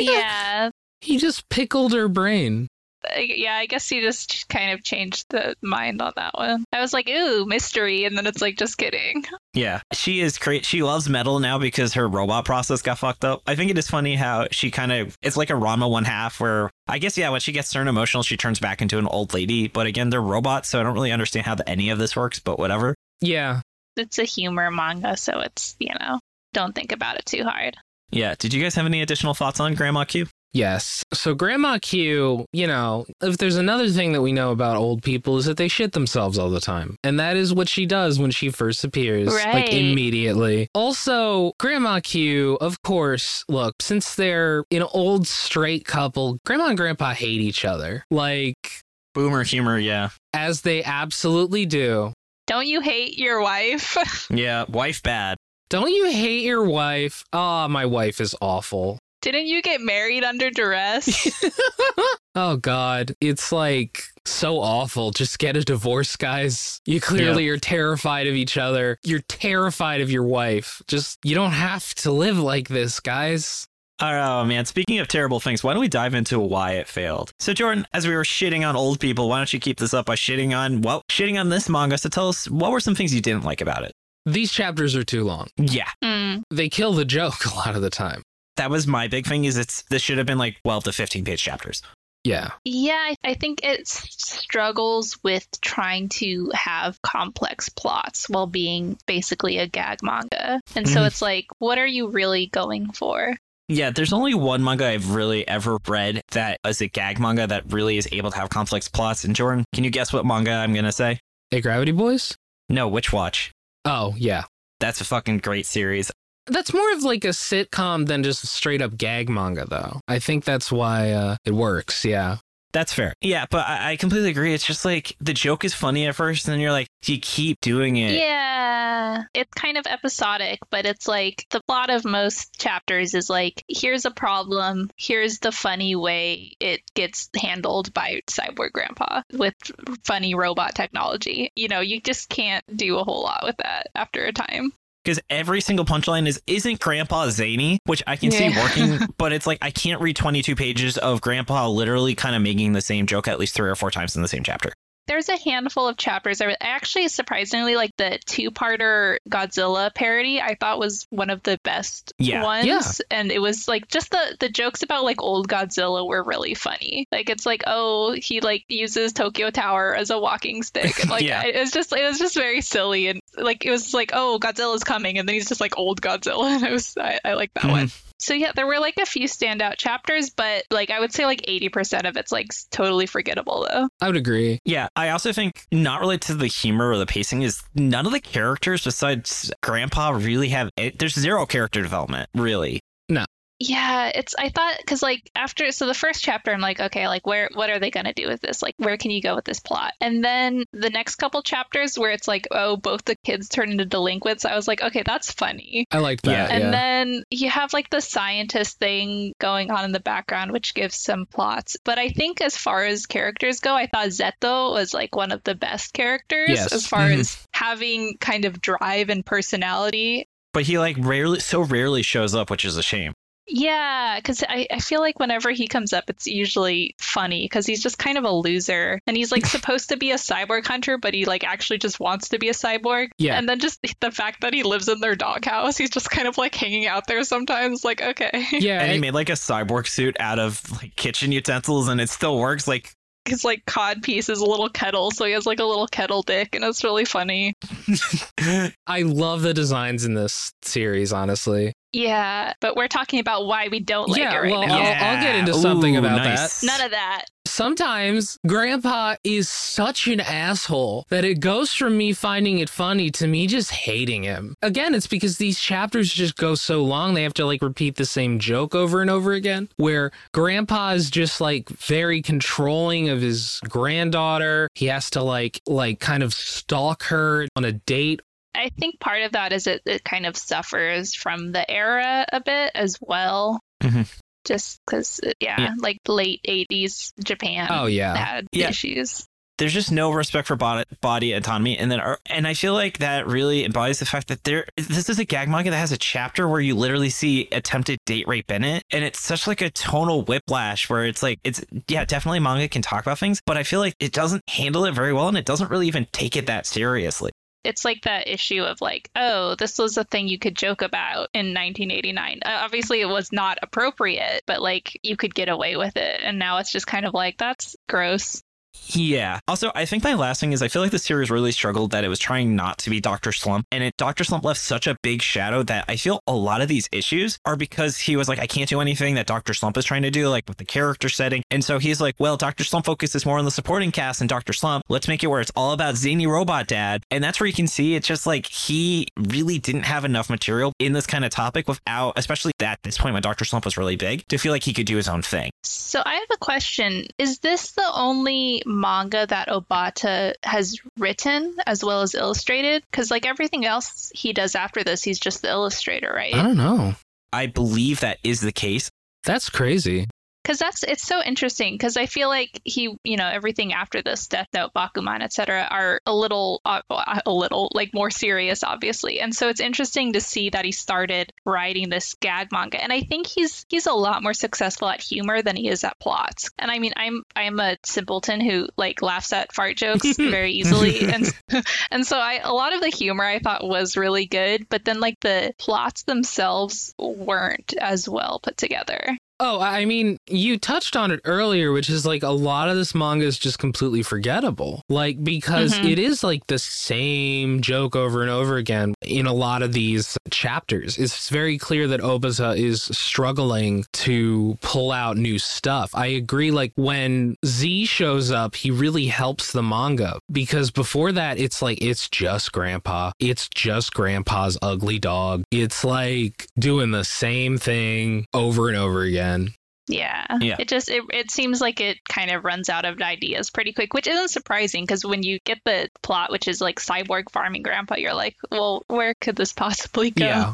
[SPEAKER 3] yeah.
[SPEAKER 2] He just pickled her brain.
[SPEAKER 3] I- yeah, I guess he just kind of changed the mind on that one. I was like, ooh, mystery, and then it's like, just kidding.
[SPEAKER 1] Yeah, she is cra She loves metal now because her robot process got fucked up. I think it is funny how she kind of it's like a Rama one half where I guess yeah, when she gets turned emotional, she turns back into an old lady. But again, they're robots, so I don't really understand how the, any of this works. But whatever.
[SPEAKER 2] Yeah.
[SPEAKER 3] It's a humor manga, so it's you know, don't think about it too hard.
[SPEAKER 1] Yeah. Did you guys have any additional thoughts on Grandma Q?
[SPEAKER 2] Yes. So Grandma Q, you know, if there's another thing that we know about old people is that they shit themselves all the time. And that is what she does when she first appears, like
[SPEAKER 3] Right.
[SPEAKER 2] immediately. Also, Grandma Q, of course, look, since they're an old straight couple, Grandma and Grandpa hate each other. Like
[SPEAKER 1] Boomer humor. Yeah.
[SPEAKER 2] as they absolutely do.
[SPEAKER 3] Don't you hate your wife? [laughs]
[SPEAKER 1] Yeah. Wife bad.
[SPEAKER 2] Don't you hate your wife? Ah, my wife is awful.
[SPEAKER 3] Didn't you get married under
[SPEAKER 2] [laughs]
[SPEAKER 3] duress?
[SPEAKER 2] oh god it's like so awful just get a divorce guys you clearly are terrified of each other you're terrified of your wife just you don't have to live like this guys
[SPEAKER 1] Oh man, speaking of terrible things, why don't we dive into why it failed? So Jordan, as we were shitting on old people, why don't you keep this up by shitting on well, shitting on this manga? So tell us what were some things you didn't like about it?
[SPEAKER 2] these chapters are too long
[SPEAKER 1] Yeah,
[SPEAKER 3] Hmm.
[SPEAKER 2] they kill the joke [laughs] a lot of the time
[SPEAKER 1] that was my big thing. Is it's this should have been like twelve to fifteen page chapters.
[SPEAKER 2] yeah
[SPEAKER 3] Yeah, I- I think it s- struggles with trying to have complex plots while being basically a gag manga. And so
[SPEAKER 1] Mhm.
[SPEAKER 3] it's like, what are you really going for?
[SPEAKER 1] Yeah, there's only one manga I've really ever read that is a gag manga that really is able to have complex plots. And Jordan, can you guess what manga I'm gonna say?
[SPEAKER 2] hey gravity boys
[SPEAKER 1] No, Witch Watch.
[SPEAKER 2] oh yeah
[SPEAKER 1] That's a fucking great series.
[SPEAKER 2] that's more of like a sitcom than just a straight up gag manga though i think that's why uh, it works yeah
[SPEAKER 1] That's fair. Yeah, but I, I completely agree. It's just like the joke is funny at first, and then you're like, you keep doing it.
[SPEAKER 3] Yeah. It's kind of episodic, but it's like the plot of most chapters is like here's a problem, here's the funny way it gets handled by Cyborg Grandpa with funny robot technology. You know, you just can't do a whole lot with that after a time.
[SPEAKER 1] because every single punchline is isn't grandpa zany which i can see
[SPEAKER 3] Yeah. [laughs]
[SPEAKER 1] working but it's like i can't read 22 pages of grandpa literally kind of making the same joke at least three or four times in the same chapter
[SPEAKER 3] There's a handful of chapters. I was- I actually surprisingly like the two-parter Godzilla parody. I thought was one of the best
[SPEAKER 1] Yeah.
[SPEAKER 3] ones,
[SPEAKER 2] Yeah.
[SPEAKER 3] and it was like just the the jokes about like old Godzilla were really funny. Like it's like oh he like uses Tokyo Tower as a walking stick. And, Like
[SPEAKER 1] [laughs] Yeah.
[SPEAKER 3] it was just it was just very silly and like it was like oh Godzilla's coming, and then he's just like old Godzilla, [laughs] and I was I, I like that
[SPEAKER 1] Mhm.
[SPEAKER 3] one. So yeah, there were like a few standout chapters, but like I would say like 80% of it's like s- totally forgettable though.
[SPEAKER 2] i would agree
[SPEAKER 1] yeah i also think not related to the humor or the pacing is none of the characters besides grandpa really have it. there's zero character development really
[SPEAKER 3] Yeah, it's I thought cuz like after so the first chapter I'm like okay, like where what are they going to do with this? Like where can you go with this plot? And then the next couple chapters where it's like oh, both the kids turn into delinquents. I was like, okay, that's funny.
[SPEAKER 2] i liked that
[SPEAKER 1] Yeah.
[SPEAKER 2] yeah,
[SPEAKER 3] And then you have like the scientist thing going on in the background, which gives some plots. But I think as far as characters go, I thought Zeto was like one of the best characters
[SPEAKER 2] Yes.
[SPEAKER 3] as far
[SPEAKER 1] Mhm.
[SPEAKER 3] as having kind of drive and personality.
[SPEAKER 1] but he like rarely so rarely shows up which is a shame
[SPEAKER 3] Yeah, because I, I feel like whenever he comes up, it's usually funny because he's just kind of a loser. And
[SPEAKER 2] [laughs]
[SPEAKER 3] he's like supposed to be a cyborg hunter, but he like actually just wants to be a cyborg.
[SPEAKER 2] Yeah.
[SPEAKER 3] [laughs] And then just the fact that he lives in their doghouse, he's just kind of like hanging out there sometimes, like, okay.
[SPEAKER 2] yeah
[SPEAKER 1] and he
[SPEAKER 2] I-
[SPEAKER 1] made like a cyborg suit out of like kitchen utensils and it still works like
[SPEAKER 3] [laughs]
[SPEAKER 1] [gasps]
[SPEAKER 3] his like cod piece is a little kettle, so he has like a little kettle dick, and it's really funny.
[SPEAKER 2] I love the designs in this series, honestly.
[SPEAKER 3] Yeah, but we're talking about why we don't like
[SPEAKER 2] yeah,
[SPEAKER 3] it right
[SPEAKER 2] well,
[SPEAKER 3] now.
[SPEAKER 2] I'll, I'll get into something
[SPEAKER 1] Ooh,
[SPEAKER 2] about
[SPEAKER 1] nice.
[SPEAKER 2] that.
[SPEAKER 3] None of that.
[SPEAKER 2] Sometimes Grandpa is such an asshole that it goes from me finding it funny to me just hating him. Again, it's because these chapters just go so long, they have to like repeat the same joke over and over again, where Grandpa is just like very controlling of his granddaughter. He has to like, like kind of stalk her on a date.
[SPEAKER 3] I think part of that is it, it kind of suffers from the era a bit as well.
[SPEAKER 1] Mhm.
[SPEAKER 3] Just because, yeah,
[SPEAKER 1] Yeah.
[SPEAKER 3] like late 80s Japan
[SPEAKER 2] Oh, yeah.
[SPEAKER 3] had
[SPEAKER 1] Yeah.
[SPEAKER 3] issues.
[SPEAKER 1] There's just no respect for body, body autonomy, and then and I feel like that really embodies the fact that there. This is a gag manga that has a chapter where you literally see attempted date rape in it, and it's such like a tonal whiplash where it's like it's yeah, definitely manga can talk about things, but I feel like it doesn't handle it very well, and it doesn't really even take it that seriously.
[SPEAKER 3] It's like that issue of like, oh, this was a thing you could joke about in 1989. Uh, Obviously, it was not appropriate, but like you could get away with it. And now it's just kind of like, that's gross.
[SPEAKER 1] Yeah. Also, I think my last thing is I feel like the series really struggled that it was trying not to be Dr. Slump. And it, Dr. Slump left such a big shadow that I feel a lot of these issues are because he was like, I can't do anything that Dr. Slump is trying to do, like with the character setting. And so he's like, well, Dr. Slump focuses more on the supporting cast and Dr. Slump. Let's make it where it's all about Zany Robot Dad. And that's where you can see it's just like he really didn't have enough material in this kind of topic without, especially at this point when Dr. Slump was really big, to feel like he could do his own thing.
[SPEAKER 3] So I have a question. Is this the only manga that Obata has written as well as illustrated? Because like everything else he does after this, he's just the illustrator, right?
[SPEAKER 2] I don't know.
[SPEAKER 1] I believe that is the case.
[SPEAKER 2] That's crazy.
[SPEAKER 3] because that's it's so interesting because i feel like he you know everything after this death note bakuman etc are a little uh, a little like more serious obviously and so it's interesting to see that he started writing this gag manga and i think he's he's a lot more successful at humor than he is at plots and i mean i'm i'm a simpleton who like laughs at fart jokes very easily and [laughs] and so i a lot of the humor i thought was really good but then like the plots themselves weren't as well put together
[SPEAKER 2] Oh, I I mean, you touched on it earlier, which is like a lot of this manga is just completely forgettable. Like, because
[SPEAKER 3] Mhm.
[SPEAKER 2] it is like the same joke over and over again in a lot of these chapters. It's very clear that Obasa is struggling to pull out new stuff. I agree. Like, when Z shows up, he really helps the manga because before that, it's like, it's just grandpa. It's just grandpa's ugly dog. It's like doing the same thing over and over again.
[SPEAKER 3] Yeah.
[SPEAKER 1] Yeah.
[SPEAKER 3] It just it, it seems like it kind of runs out of ideas pretty quick, which isn't surprising because when you get the plot, which is like cyborg farming grandpa, you're like, well, where could this possibly go?
[SPEAKER 2] Yeah.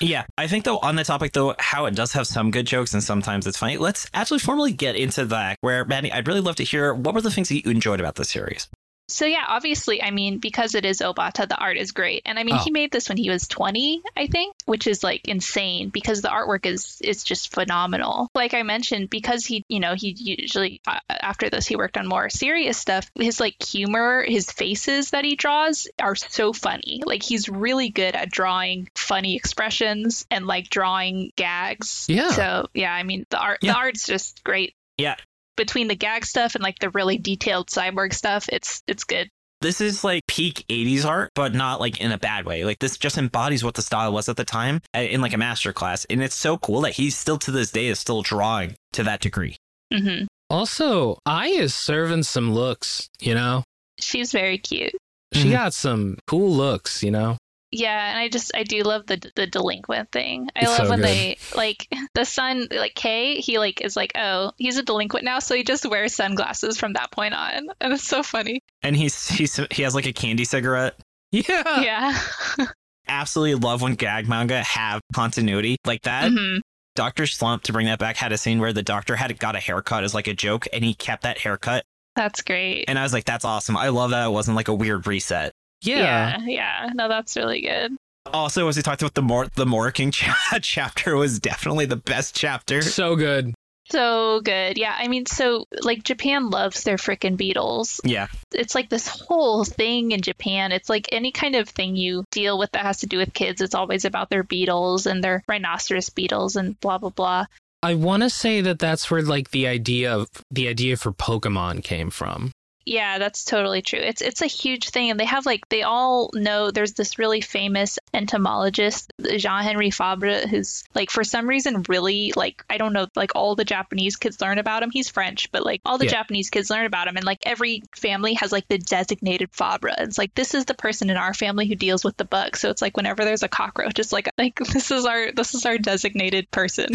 [SPEAKER 1] Yeah, I think though on the topic though, how it does have some good jokes and sometimes it's funny. Let's actually formally get into that. Where Maddie, I'd really love to hear what were the things that you enjoyed about this series.
[SPEAKER 3] So yeah, obviously, I mean, because it is Obata, the art is great, and I mean,
[SPEAKER 2] Oh.
[SPEAKER 3] he made this when he was 20, I think, which is like insane because the artwork is is just phenomenal. Like I mentioned, because he, you know, he usually uh, after this he worked on more serious stuff. His like humor, his faces that he draws are so funny. Like he's really good at drawing funny expressions and like drawing gags.
[SPEAKER 2] Yeah.
[SPEAKER 3] So yeah, I mean, the art
[SPEAKER 1] Yeah.
[SPEAKER 3] the art's just great.
[SPEAKER 1] Yeah.
[SPEAKER 3] Between the gag stuff and like the really detailed cyborg stuff, it's it's good.
[SPEAKER 1] This is like peak 80s art, but not like in a bad way. Like this just embodies what the style was at the time uh, in like a master class. And it's so cool that he's still to this day is still drawing to that degree.
[SPEAKER 3] hmm
[SPEAKER 2] Also, I is serving some looks, you know?
[SPEAKER 3] She's very cute.
[SPEAKER 2] She
[SPEAKER 1] Mhm.
[SPEAKER 2] got some cool looks, you know?
[SPEAKER 3] Yeah, and I just I do love the the delinquent thing. I
[SPEAKER 2] It's
[SPEAKER 3] love
[SPEAKER 2] so
[SPEAKER 3] when
[SPEAKER 2] good.
[SPEAKER 3] they like [laughs] the son like Kay. He like is like oh he's a delinquent now, so he just wears sunglasses from that point on, [laughs] and it's so funny.
[SPEAKER 1] And he's, he's he has like a candy cigarette.
[SPEAKER 2] Yeah.
[SPEAKER 3] yeah, [laughs]
[SPEAKER 1] Absolutely love when gag manga have continuity like that.
[SPEAKER 3] Mhm.
[SPEAKER 1] Dr. Slump, to bring that back, had a scene where the doctor had got a haircut as like a joke and he kept that haircut.
[SPEAKER 3] that's great.
[SPEAKER 1] And I was like, that's awesome. I love that it wasn't like a weird reset.
[SPEAKER 2] Yeah.
[SPEAKER 3] yeah, yeah. No, that's really good.
[SPEAKER 1] Also, as we talked about, the Mor- the Morking [laughs] cha- chapter was definitely the best chapter.
[SPEAKER 2] So good.
[SPEAKER 3] So good. Yeah, I mean, so like Japan loves their freaking Beatles.
[SPEAKER 1] Yeah.
[SPEAKER 3] It's like this whole thing in Japan. It's like any kind of thing you deal with that has to do with kids, it's always about their Beatles and their rhinoceros beetles and blah, blah, blah.
[SPEAKER 2] I want to say that that's where like the idea of the idea for Pokemon came from.
[SPEAKER 3] Yeah, that's totally true. It's it's a huge thing and they have like they all know there's this really famous entomologist, Jean-Henri Fabre, who's like for some reason really like I don't know, like all the Japanese kids learn about him. He's French, but like all the
[SPEAKER 2] Yeah.
[SPEAKER 3] Japanese kids learn about him and like every family has like the designated Fabre. And it's like this is the person in our family who deals with the bugs. So it's like whenever there's a cockroach, it's like [laughs] like this is our this is our designated person
[SPEAKER 2] [laughs]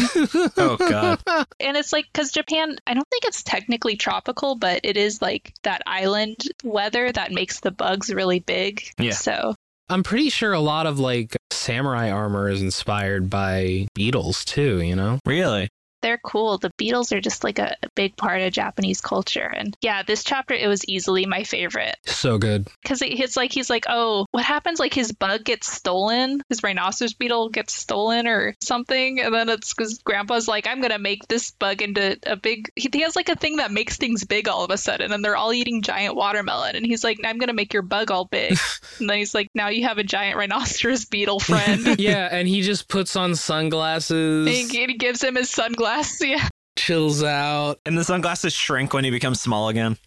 [SPEAKER 2] oh
[SPEAKER 1] God.
[SPEAKER 3] and it's like because Japan, I don't think it's technically tropical, but it is like that island weather that makes the bugs really big.
[SPEAKER 1] Yeah.
[SPEAKER 3] So
[SPEAKER 2] I'm pretty sure a lot of like samurai armor is inspired by beetles too, you know?
[SPEAKER 1] [laughs] Really?
[SPEAKER 3] they're cool. The Beatles are just like a, a big part of Japanese culture. And yeah, this chapter, it was easily my favorite
[SPEAKER 2] So good.
[SPEAKER 3] because it, it's like he's like, oh, what happens? Like his bug gets stolen, his rhinoceros beetle gets stolen or something, and then it's because Grandpa's like, I'm gonna make this bug into a big. He, he has like a thing that makes things big all of a sudden, and they're all eating giant watermelon, and he's like, I'm gonna make your bug all big, and then he's like, now you have a giant rhinoceros
[SPEAKER 2] [laughs]
[SPEAKER 3] beetle friend.
[SPEAKER 2] yeah, and he just puts on sunglasses,
[SPEAKER 3] And he, he gives him his sunglasses. [laughs] Yeah.
[SPEAKER 2] chills out. [laughs]
[SPEAKER 1] And the sunglasses shrink when he becomes small again.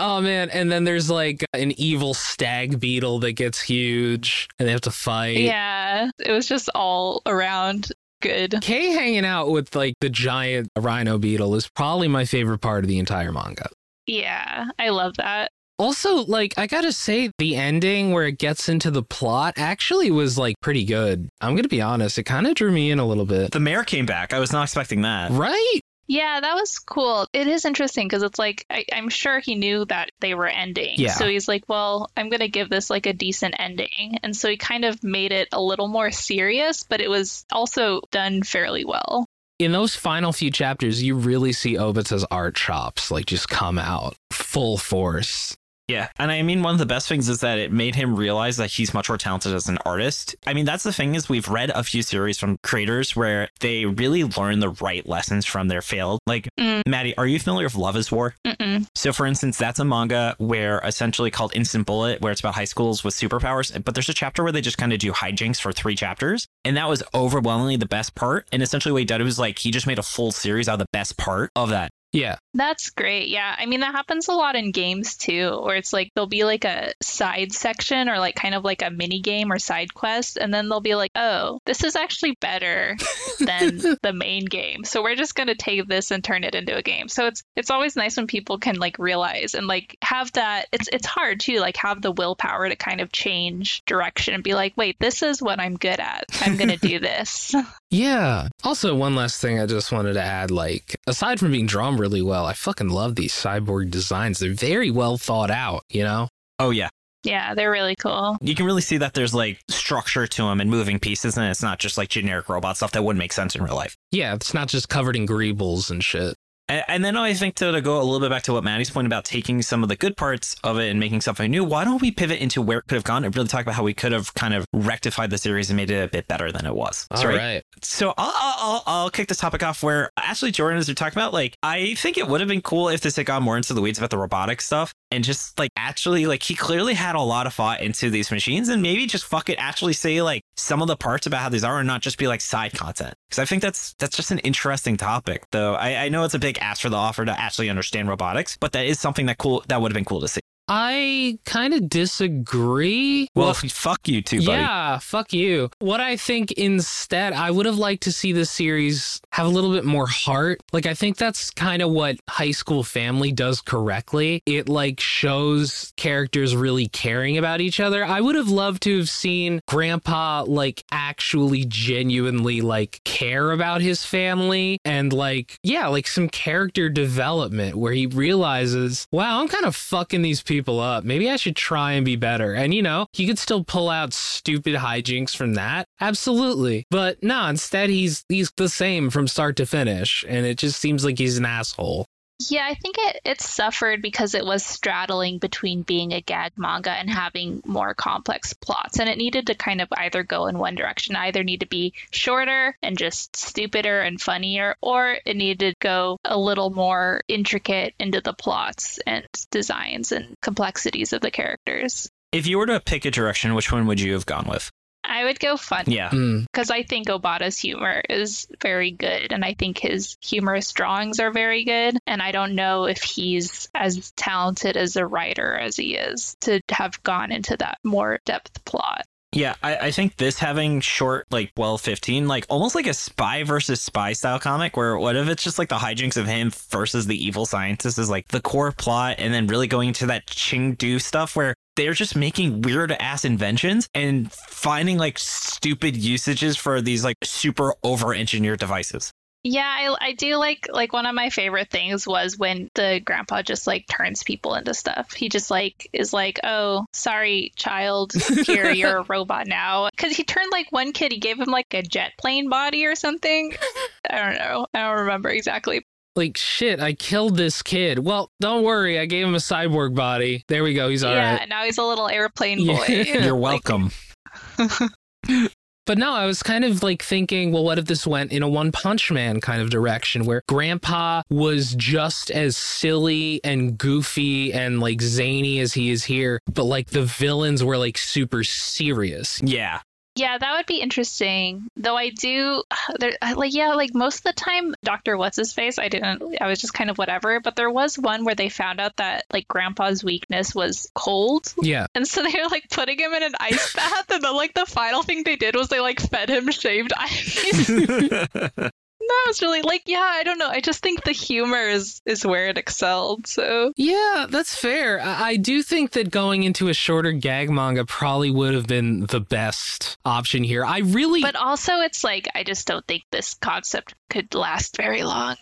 [SPEAKER 2] Oh man, and then there's like an evil stag beetle that gets huge and they have to fight.
[SPEAKER 3] yeah, it was just all around good.
[SPEAKER 2] Kay hanging out with like the giant rhino beetle is probably my favorite part of the entire manga.
[SPEAKER 3] Yeah, I love that.
[SPEAKER 2] Also, like I gotta say, the ending where it gets into the plot actually was like pretty good. I'm gonna be honest, it kind of drew me in a little bit.
[SPEAKER 1] The mayor came back. I was not expecting that.
[SPEAKER 2] Right?
[SPEAKER 3] Yeah, that was cool. It is interesting because it's like I, I'm sure he knew that they were ending.
[SPEAKER 2] Yeah.
[SPEAKER 3] So he's like, well, I'm gonna give this like a decent ending, and so he kind of made it a little more serious, but it was also done fairly well.
[SPEAKER 2] In those final few chapters, you really see Obita's art chops like just come out full force.
[SPEAKER 1] Yeah. And I mean, one of the best things is that it made him realize that he's much more talented as an artist. I mean, that's the thing is we've read a few series from creators where they really learn the right lessons from their failed. Like,
[SPEAKER 3] Mm.
[SPEAKER 1] Maddie, are you familiar with Love is War?
[SPEAKER 3] Mm-mm.
[SPEAKER 1] So, for instance, that's a manga where essentially called Instant Bullet, where it's about high schools with superpowers. But there's a chapter where they just kind of do hijinks for three chapters. And that was overwhelmingly the best part. And essentially, what he did was like he just made a full series out of the best part of that.
[SPEAKER 2] Yeah.
[SPEAKER 3] That's great. Yeah. I mean, that happens a lot in games too, where it's like there'll be like a side section or like kind of like a mini game or side quest, and then they'll be like, oh, this is actually better than the main game. So we're just gonna take this and turn it into a game. So it's it's always nice when people can like realize and like have that it's it's hard too, like have the willpower to kind of change direction and be like, wait, this is what I'm good at. I'm gonna do this. [laughs]
[SPEAKER 2] Yeah. Also, one last thing I just wanted to add like, aside from being drawn really well, I fucking love these cyborg designs. They're very well thought out, you know?
[SPEAKER 1] Oh, yeah.
[SPEAKER 3] yeah, they're really cool.
[SPEAKER 1] You can really see that there's like structure to him and moving pieces. And it's not just like generic robot stuff that wouldn't make sense in real life.
[SPEAKER 2] Yeah, it's not just covered in greebles and shit.
[SPEAKER 1] And, and then I think to, to go a little bit back to what Maddie's point about taking some of the good parts of it and making something new, why don't we pivot into where it could have gone and really talk about how we could have kind of rectified the series and made it a bit better than it was.
[SPEAKER 2] All
[SPEAKER 1] Sorry.
[SPEAKER 2] right.
[SPEAKER 1] So I'll, I'll, I'll- I'll kick this topic off where Ashley Jordan, as we talked about, like, I think it would have been cool if this had gone more into the weeds about the robotic stuff and just like actually, like, he clearly had a lot of thought into these machines and maybe just fuck it, actually say like some of the parts about how these are and not just be like side content. Cause I think that's, that's just an interesting topic though. I, I know it's a big ask for the offer to actually understand robotics, but that is something that cool, that would have been cool to see.
[SPEAKER 2] I kind of disagree.
[SPEAKER 1] Well, if we fuck you too, buddy.
[SPEAKER 2] Yeah, fuck you. What I think instead, I would have liked to see this series have a little bit more heart. Like, I think that's kind of what High School Family does correctly. It like shows characters really caring about each other. I would have loved to have seen Grandpa like actually genuinely like care about his family and like, yeah, like some character development where he realizes, wow, I'm kind of fucking these people up. Maybe I should try and be better. And you know, he could still pull out stupid hijinks from that. Absolutely. But no, instead he's he's the same from start to finish. And it just seems like he's an asshole.
[SPEAKER 3] Yeah, I think it, it suffered because it was straddling between being a gag manga and having more complex plots. And it needed to kind of either go in one direction, either need to be shorter and just stupider and funnier, or it needed to go a little more intricate into the plots and designs and complexities of the characters.
[SPEAKER 1] If you were to pick a direction, which one would you have gone with?
[SPEAKER 3] I would go funny
[SPEAKER 1] Yeah.
[SPEAKER 2] Mm.
[SPEAKER 3] because I think Obata's humor is very good, and I think his humorous drawings are very good. And I don't know if he's as talented as a writer as he is to have gone into that more depth plot.
[SPEAKER 1] Yeah, I, I think this having short, like, well, 15, like almost like a spy versus spy style comic, where what if it's just like the hijinks of him versus the evil scientist is like the core plot, and then really going into that Chengdu stuff where they're just making weird ass inventions and finding like stupid usages for these like super over engineered devices.
[SPEAKER 3] Yeah, I, I do like like one of my favorite things was when the grandpa just like turns people into stuff. He just like is like, "Oh, sorry, child, here you're a robot now." Because he turned like one kid, he gave him like a jet plane body or something. I don't know. I don't remember exactly.
[SPEAKER 2] Like, shit, I killed this kid. Well, don't worry. I gave him a cyborg body. There we go. He's all
[SPEAKER 3] yeah,
[SPEAKER 2] right.
[SPEAKER 3] now he's a little airplane
[SPEAKER 2] Yeah. [laughs]
[SPEAKER 3] boy.
[SPEAKER 1] You're
[SPEAKER 3] Like,
[SPEAKER 1] welcome.
[SPEAKER 2] But no, I was kind of like thinking, well, what if this went in a One Punch Man kind of direction where Grandpa was just as silly and goofy and like zany as he is here, but like the villains were like super serious.
[SPEAKER 1] Yeah. [laughs]
[SPEAKER 3] Yeah, that would be interesting. Though I do, [sighs] there, I- like, yeah, like most of the time, Doctor What's His Face, I didn't, I was just kind of whatever. But there was one where they found out that like Grandpa's weakness was cold, [laughs]
[SPEAKER 2] Yeah.
[SPEAKER 3] and so they were like putting him in an
[SPEAKER 2] [laughs]
[SPEAKER 3] ice bath, and then like the final thing they did was they like fed him shaved [laughs] ice. that was really like, yeah, I don't know. I just think the humor is is where it excelled. So
[SPEAKER 2] Yeah, that's fair. I, I do think that going into a shorter gag manga probably would have been the best option here. I really.
[SPEAKER 3] But also, it's like I just don't think this concept could last very long.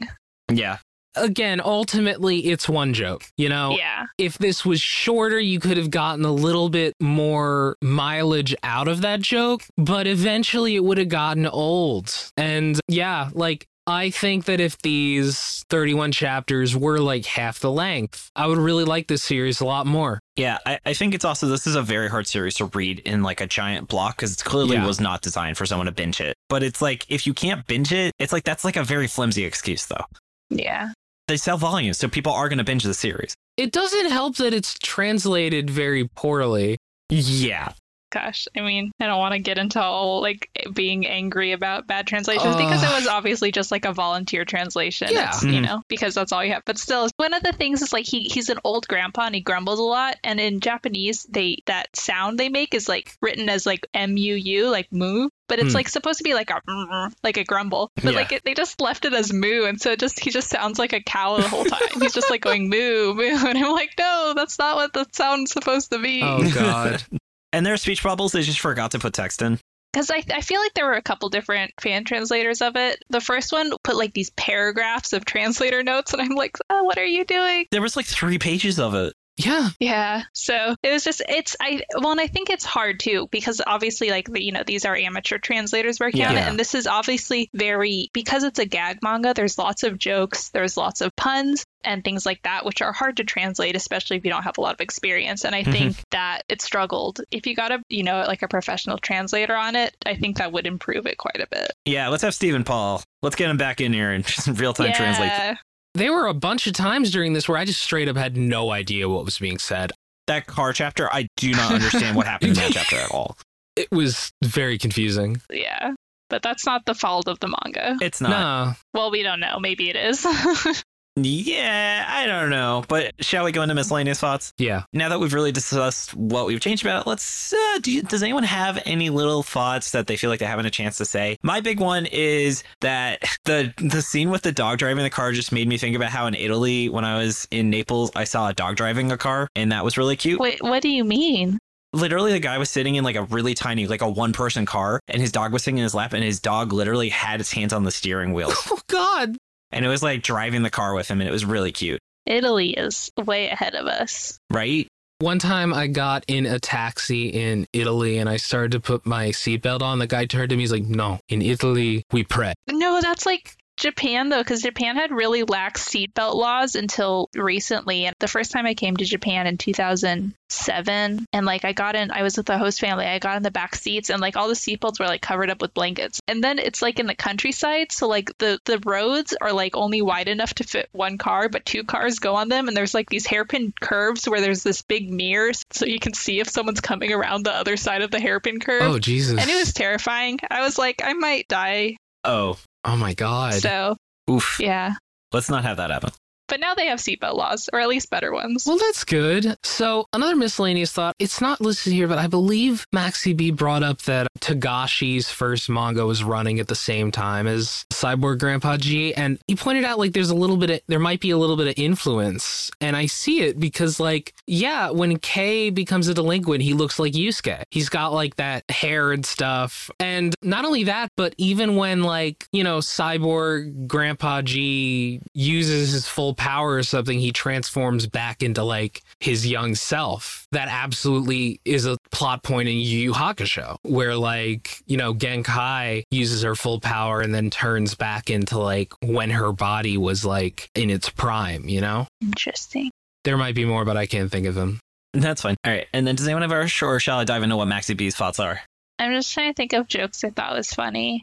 [SPEAKER 1] yeah.
[SPEAKER 2] again, ultimately, it's one joke. You know,
[SPEAKER 3] Yeah,
[SPEAKER 2] if this was shorter, you could have gotten a little bit more mileage out of that joke, but eventually it would have gotten old. And yeah, like I think that if these 31 chapters were like half the length, I would really like this series a lot more.
[SPEAKER 1] Yeah, I, I think it's also this is a very hard series to read in like a giant block because it clearly
[SPEAKER 2] Yeah.
[SPEAKER 1] was not designed for someone to binge it. But it's like if you can't binge it, it's like that's like a very flimsy excuse though.
[SPEAKER 3] yeah.
[SPEAKER 1] They sell volumes, so people are going to binge the series.
[SPEAKER 2] It doesn't help that it's translated very poorly.
[SPEAKER 1] Yeah,
[SPEAKER 3] Gosh, I mean, I don't want to get into all like being angry about bad translations because it
[SPEAKER 2] Ugh.
[SPEAKER 3] was obviously just like a volunteer translation.
[SPEAKER 2] Yeah.
[SPEAKER 3] It's, you
[SPEAKER 1] Mhm.
[SPEAKER 3] know, because that's all you have. But still, one of the things is like he he's an old grandpa and he grumbles a lot. And in Japanese, they that sound they make is like written as like M U U, like moo. But it's
[SPEAKER 2] Hmm.
[SPEAKER 3] like supposed to be like a mm, like a grumble, but
[SPEAKER 1] Yeah.
[SPEAKER 3] like it, they just left it as moo, and so it just he just sounds like a cow the whole time. He's just like going moo moo, [laughs] and I'm like, no, that's not what the sound's supposed to
[SPEAKER 2] [laughs]
[SPEAKER 3] be.
[SPEAKER 2] Oh, God. [laughs]
[SPEAKER 1] and their speech bubbles they just forgot to put text in.
[SPEAKER 3] because I, I feel like there were a couple different fan translators of it the first one put like these paragraphs of translator notes and i'm like oh, what are you doing
[SPEAKER 1] There was like three pages of it.
[SPEAKER 2] yeah.
[SPEAKER 3] yeah so it was just it's i well and i think it's hard too because obviously like the, you know these are amateur translators working on it
[SPEAKER 2] Yeah.
[SPEAKER 3] and this is obviously very because it's a gag manga there's lots of jokes there's lots of puns and things like that which are hard to translate especially if you don't have a lot of experience and i
[SPEAKER 1] Mhm.
[SPEAKER 3] think that it struggled if you got a you know like a professional translator on it i think that would improve it quite a bit
[SPEAKER 1] Yeah, let's have Stephen Paul. Let's get him back in here and [laughs] just real time translate.
[SPEAKER 2] There were a bunch of times during this where I just straight up had no idea what was being said.
[SPEAKER 1] That car chapter, I do not understand what happened in that chapter at all.
[SPEAKER 2] It was very confusing.
[SPEAKER 3] Yeah. But that's not the fault of the manga.
[SPEAKER 1] It's not.
[SPEAKER 2] Nah.
[SPEAKER 3] Well, we don't know. Maybe it is. [laughs]
[SPEAKER 1] Yeah, I don't know. But shall we go into miscellaneous thoughts?
[SPEAKER 2] Yeah.
[SPEAKER 1] Now that we've really discussed what we've changed about, it, let's. Uh, do you, does anyone have any little thoughts that they feel like they haven't a chance to say? My big one is that the the scene with the dog driving the car just made me think about how in Italy, when I was in Naples, I saw a dog driving a car, and that was really cute.
[SPEAKER 3] Wait, what do you mean?
[SPEAKER 1] Literally, the guy was sitting in like a really tiny, like a one person car, and his dog was sitting in his lap, and his dog literally had its hands on the steering
[SPEAKER 3] [laughs]
[SPEAKER 1] wheel,
[SPEAKER 2] Oh God.
[SPEAKER 1] and it was like driving the car with him, and it was really cute,
[SPEAKER 3] Italy is way ahead of us.
[SPEAKER 1] right?
[SPEAKER 2] One time I got in a taxi in Italy and I started to put my seatbelt on. The guy turned to me, he's like, No, in Italy we pray.
[SPEAKER 3] No, that's like Japan, though, because Japan had really lax seatbelt laws until recently. And the first time I came to Japan in 2007, and like I got in, I was with the host family. I got in the back seats, and like all the seatbelts were like covered up with blankets. And then it's like in the countryside, so like the the roads are like only wide enough to fit one car, but two cars go on them. And there's like these hairpin curves where there's this big mirror, so you can see if someone's coming around the other side of the hairpin curve.
[SPEAKER 2] Oh Jesus.
[SPEAKER 3] and it was terrifying. I was like, I might die.
[SPEAKER 1] Oh,
[SPEAKER 2] Oh my God.
[SPEAKER 3] So,
[SPEAKER 1] oof.
[SPEAKER 3] yeah.
[SPEAKER 1] Let's not have that happen.
[SPEAKER 3] But now they have seatbelt laws, or at least better ones.
[SPEAKER 2] Well, that's good. So, another miscellaneous thought. It's not listed here, but I believe Maxi B brought up that Tagashi's first manga was running at the same time as Cyborg Grandpa G. And he pointed out, like, there's a little bit of, there might be a little bit of influence. And I see it because, like, yeah, when K becomes a delinquent, he looks like Yusuke. He's got, like, that hair and stuff. And not only that, but even when, like, you know, Cyborg Grandpa G uses his full power or something, he transforms back into like his young self. That absolutely is a plot point in Yu Yu Hakusho, where like, you know, Genkai uses her full power and then turns back into like when her body was like in its prime, you know?
[SPEAKER 3] Interesting.
[SPEAKER 2] There might be more, but I can't think of them.
[SPEAKER 1] That's fine. All right. And then does anyone have a or shall I dive into what Maxi B's thoughts are? [laughs]
[SPEAKER 3] I'm just trying to think of jokes I thought was funny.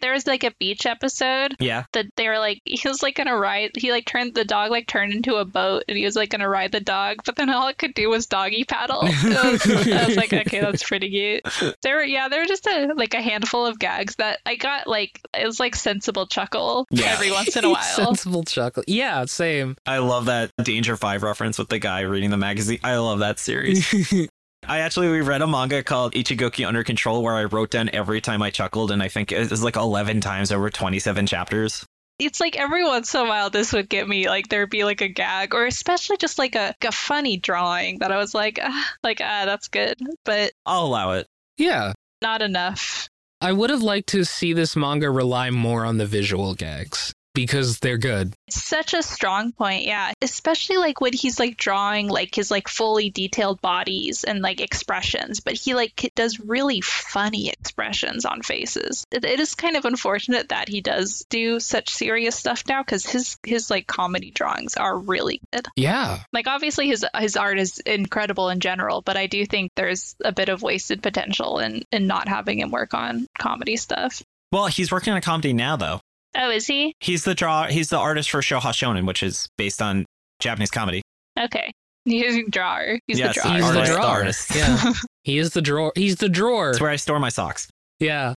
[SPEAKER 3] there was like a beach episode
[SPEAKER 1] yeah.
[SPEAKER 3] that they were like he was like gonna ride he like turned the dog like turned into a boat and he was like gonna ride the dog but then all it could do was doggy paddle I, was, I was like okay that's pretty cute there were yeah there were just a like a handful of gags that i got like it was like sensible chuckle
[SPEAKER 1] Yeah.
[SPEAKER 3] every once
[SPEAKER 2] [laughs]
[SPEAKER 3] in a while
[SPEAKER 2] Sensible chuckle. Yeah, [laughs] same.
[SPEAKER 1] I love that Danger 5 reference with the guy reading the magazine. I love that
[SPEAKER 2] [laughs]
[SPEAKER 1] series. I actually we read a manga called Ichigoki Under Control where I wrote down every time I chuckled and I think it was like 11 times over 27 chapters.
[SPEAKER 3] it's like every once in a while this would get me like there'd be like a gag or especially just like a, a funny drawing that i was like ah, like ah that's good but
[SPEAKER 1] I'll allow it.
[SPEAKER 2] Yeah.
[SPEAKER 3] not enough
[SPEAKER 2] I would have liked to see this manga rely more on the visual gags because they're good.
[SPEAKER 3] such a strong point yeah especially like when he's like drawing like his like fully detailed bodies and like expressions but he like does really funny expressions on faces it, it is kind of unfortunate that he does do such serious stuff now because his his like comedy drawings are really good
[SPEAKER 2] Yeah.
[SPEAKER 3] like obviously his his art is incredible in general but i do think there's a bit of wasted potential in in not having him work on comedy stuff
[SPEAKER 1] Well, he's working on a comedy now though.
[SPEAKER 3] oh is he
[SPEAKER 1] He's the draw he's the artist for Shoha Shonen, which is based on Japanese comedy.
[SPEAKER 3] okay [laughs] he's a drawer he's
[SPEAKER 1] Yes,
[SPEAKER 3] the
[SPEAKER 1] Our
[SPEAKER 2] He's
[SPEAKER 3] drawer
[SPEAKER 1] artist,
[SPEAKER 2] the
[SPEAKER 1] the
[SPEAKER 2] drawer.
[SPEAKER 1] artist. [laughs]
[SPEAKER 2] Yeah. he is the drawer. He's the drawer.
[SPEAKER 1] It's where I store my socks.
[SPEAKER 2] Yeah.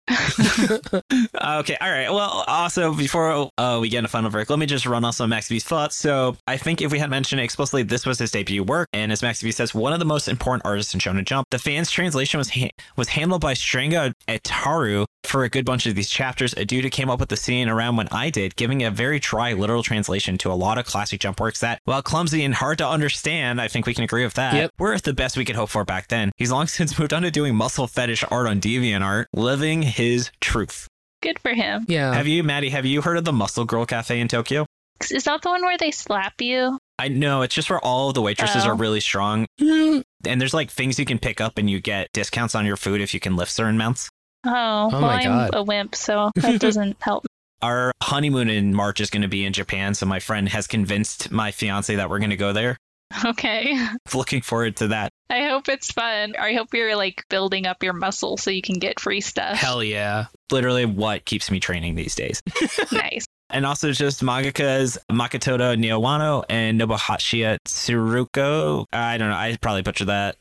[SPEAKER 1] Okay, all right. Well, also before uh, we get into final break, let me just run off some Max V's thoughts. So I think if we had mentioned explicitly, this was his debut work, and as Max V says, one of the most important artists in Shonen Jump. The fans' translation was ha- was handled by Stringa Etaru for a good bunch of these chapters. Aduda came up with the scene around when I did, giving a very dry literal translation to a lot of classic Jump works that, while clumsy and hard to understand, I think we can agree with that.
[SPEAKER 2] Yep.
[SPEAKER 1] We're at the best we could hope for back then. He's long [laughs] since moved on to doing muscle fetish art on DeviantArt, living his truth.
[SPEAKER 3] good for him
[SPEAKER 2] Yeah.
[SPEAKER 1] Have you, Maddie? Have you heard of the Muscle Girl Cafe in Tokyo?
[SPEAKER 3] Is that the one where they slap you?
[SPEAKER 1] I know it's just where all of the waitresses
[SPEAKER 3] Oh.
[SPEAKER 1] are really strong,
[SPEAKER 2] [laughs] Mm,
[SPEAKER 1] and there's like things you can pick up, and you get discounts on your food if you can lift certain amounts.
[SPEAKER 3] Oh, well,
[SPEAKER 2] my
[SPEAKER 3] I'm
[SPEAKER 2] God.
[SPEAKER 3] a wimp, so that doesn't help. [laughs]
[SPEAKER 1] Our honeymoon in March is going to be in Japan, so my friend has convinced my fiance that we're going to go there.
[SPEAKER 3] Okay.
[SPEAKER 1] Looking forward to that.
[SPEAKER 3] I hope it's fun. I hope you're like building up your muscle so you can get free stuff.
[SPEAKER 2] Hell yeah.
[SPEAKER 1] Literally, what keeps me training these days.
[SPEAKER 3] [laughs] nice.
[SPEAKER 1] And also just mangakas Makototo Niowano and Nobuhashiya Tsuruko. I don't know. I probably butchered that.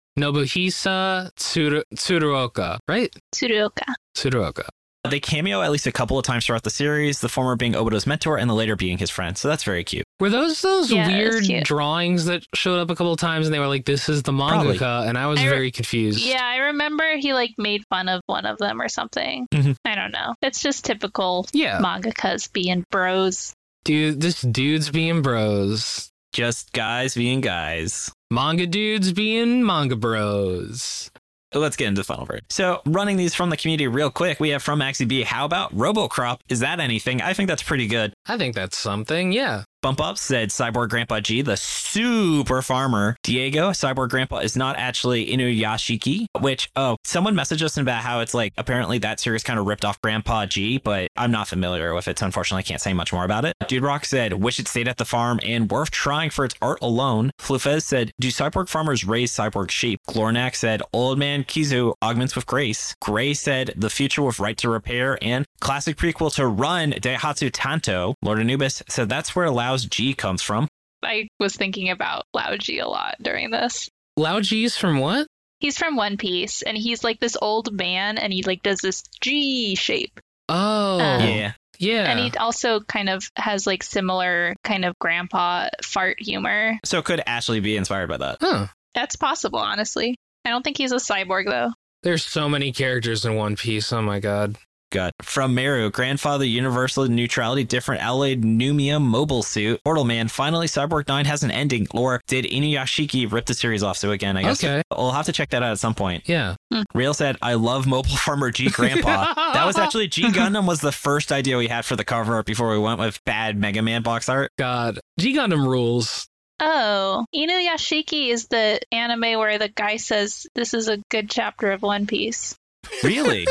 [SPEAKER 2] Nobuhisa Tsuru- Tsuruoka, right?
[SPEAKER 3] Tsuruoka.
[SPEAKER 2] Tsuruoka.
[SPEAKER 1] They cameo at least a couple of times throughout the series, the former being Obodo's mentor and the later being his friend. So that's very cute.
[SPEAKER 2] Were those those
[SPEAKER 3] Yeah, it was
[SPEAKER 2] weird
[SPEAKER 3] cute.
[SPEAKER 2] drawings that showed up a couple of times and they were like, this is the mangaka?
[SPEAKER 1] Probably.
[SPEAKER 2] And I was
[SPEAKER 3] I re-
[SPEAKER 2] very confused.
[SPEAKER 3] Yeah, I remember he like made fun of one of them or something.
[SPEAKER 1] Mhm.
[SPEAKER 3] I don't know. It's just typical
[SPEAKER 2] Yeah.
[SPEAKER 3] mangakas being bros.
[SPEAKER 2] Dude, this dude's being bros.
[SPEAKER 1] Just guys being guys.
[SPEAKER 2] Manga dudes being manga bros.
[SPEAKER 1] Oh, Let's get into the final version. So, running these from the community real quick, we have from Maxi B. How about Robocrop? Is that anything? I think that's pretty good.
[SPEAKER 2] I think that's something. Yeah.
[SPEAKER 1] Bump Up said Cyborg Grandpa G, the super farmer. Diego, Cyborg Grandpa is not actually Inuyashiki, which, oh, someone messaged us about how it's like apparently that series kind of ripped off Grandpa G, but I'm not familiar with it, so unfortunately I can't say much more about it. Dude Rock said, wish it stayed at the farm and worth trying for its art alone. Flufez said, do cyborg farmers raise cyborg sheep? Glornak said, old man Kizu augments with grace. Gray said, the future with right to repair and classic prequel to Run Daihatsu Tanto. Lord Anubis said, that's where Lao's G comes from.
[SPEAKER 3] I was thinking about Laoji a lot during this.
[SPEAKER 2] Lao G's from what?
[SPEAKER 3] He's from One Piece and he's like this old man and he like does this G shape.
[SPEAKER 2] Oh.
[SPEAKER 3] Um,
[SPEAKER 1] Yeah.
[SPEAKER 2] Yeah.
[SPEAKER 3] And he also kind of has like similar kind of grandpa fart humor.
[SPEAKER 1] So could Ashley be inspired by that?
[SPEAKER 2] huh.
[SPEAKER 3] That's possible, honestly. I don't think he's a cyborg though.
[SPEAKER 2] There's so many characters in One Piece. Oh my god.
[SPEAKER 1] got from Meru, Grandfather, Universal Neutrality, Different Alloy, Numia, Mobile Suit, Portal Man. Finally, Cyborg 9 has an ending, or did Inuyashiki rip the series off? So, again, I guess
[SPEAKER 2] Okay.
[SPEAKER 1] we'll have to check that out at some point.
[SPEAKER 2] Yeah.
[SPEAKER 1] Rail said, I love Mobile [laughs] Farmer G
[SPEAKER 2] [laughs]
[SPEAKER 1] Grandpa. that was actually G Gundam was the first idea we had for the cover art before we went with bad Mega Man box art.
[SPEAKER 2] God. G Gundam rules.
[SPEAKER 3] Oh, Inuyashiki is the anime where the guy says this is a good chapter of One Piece.
[SPEAKER 1] Really?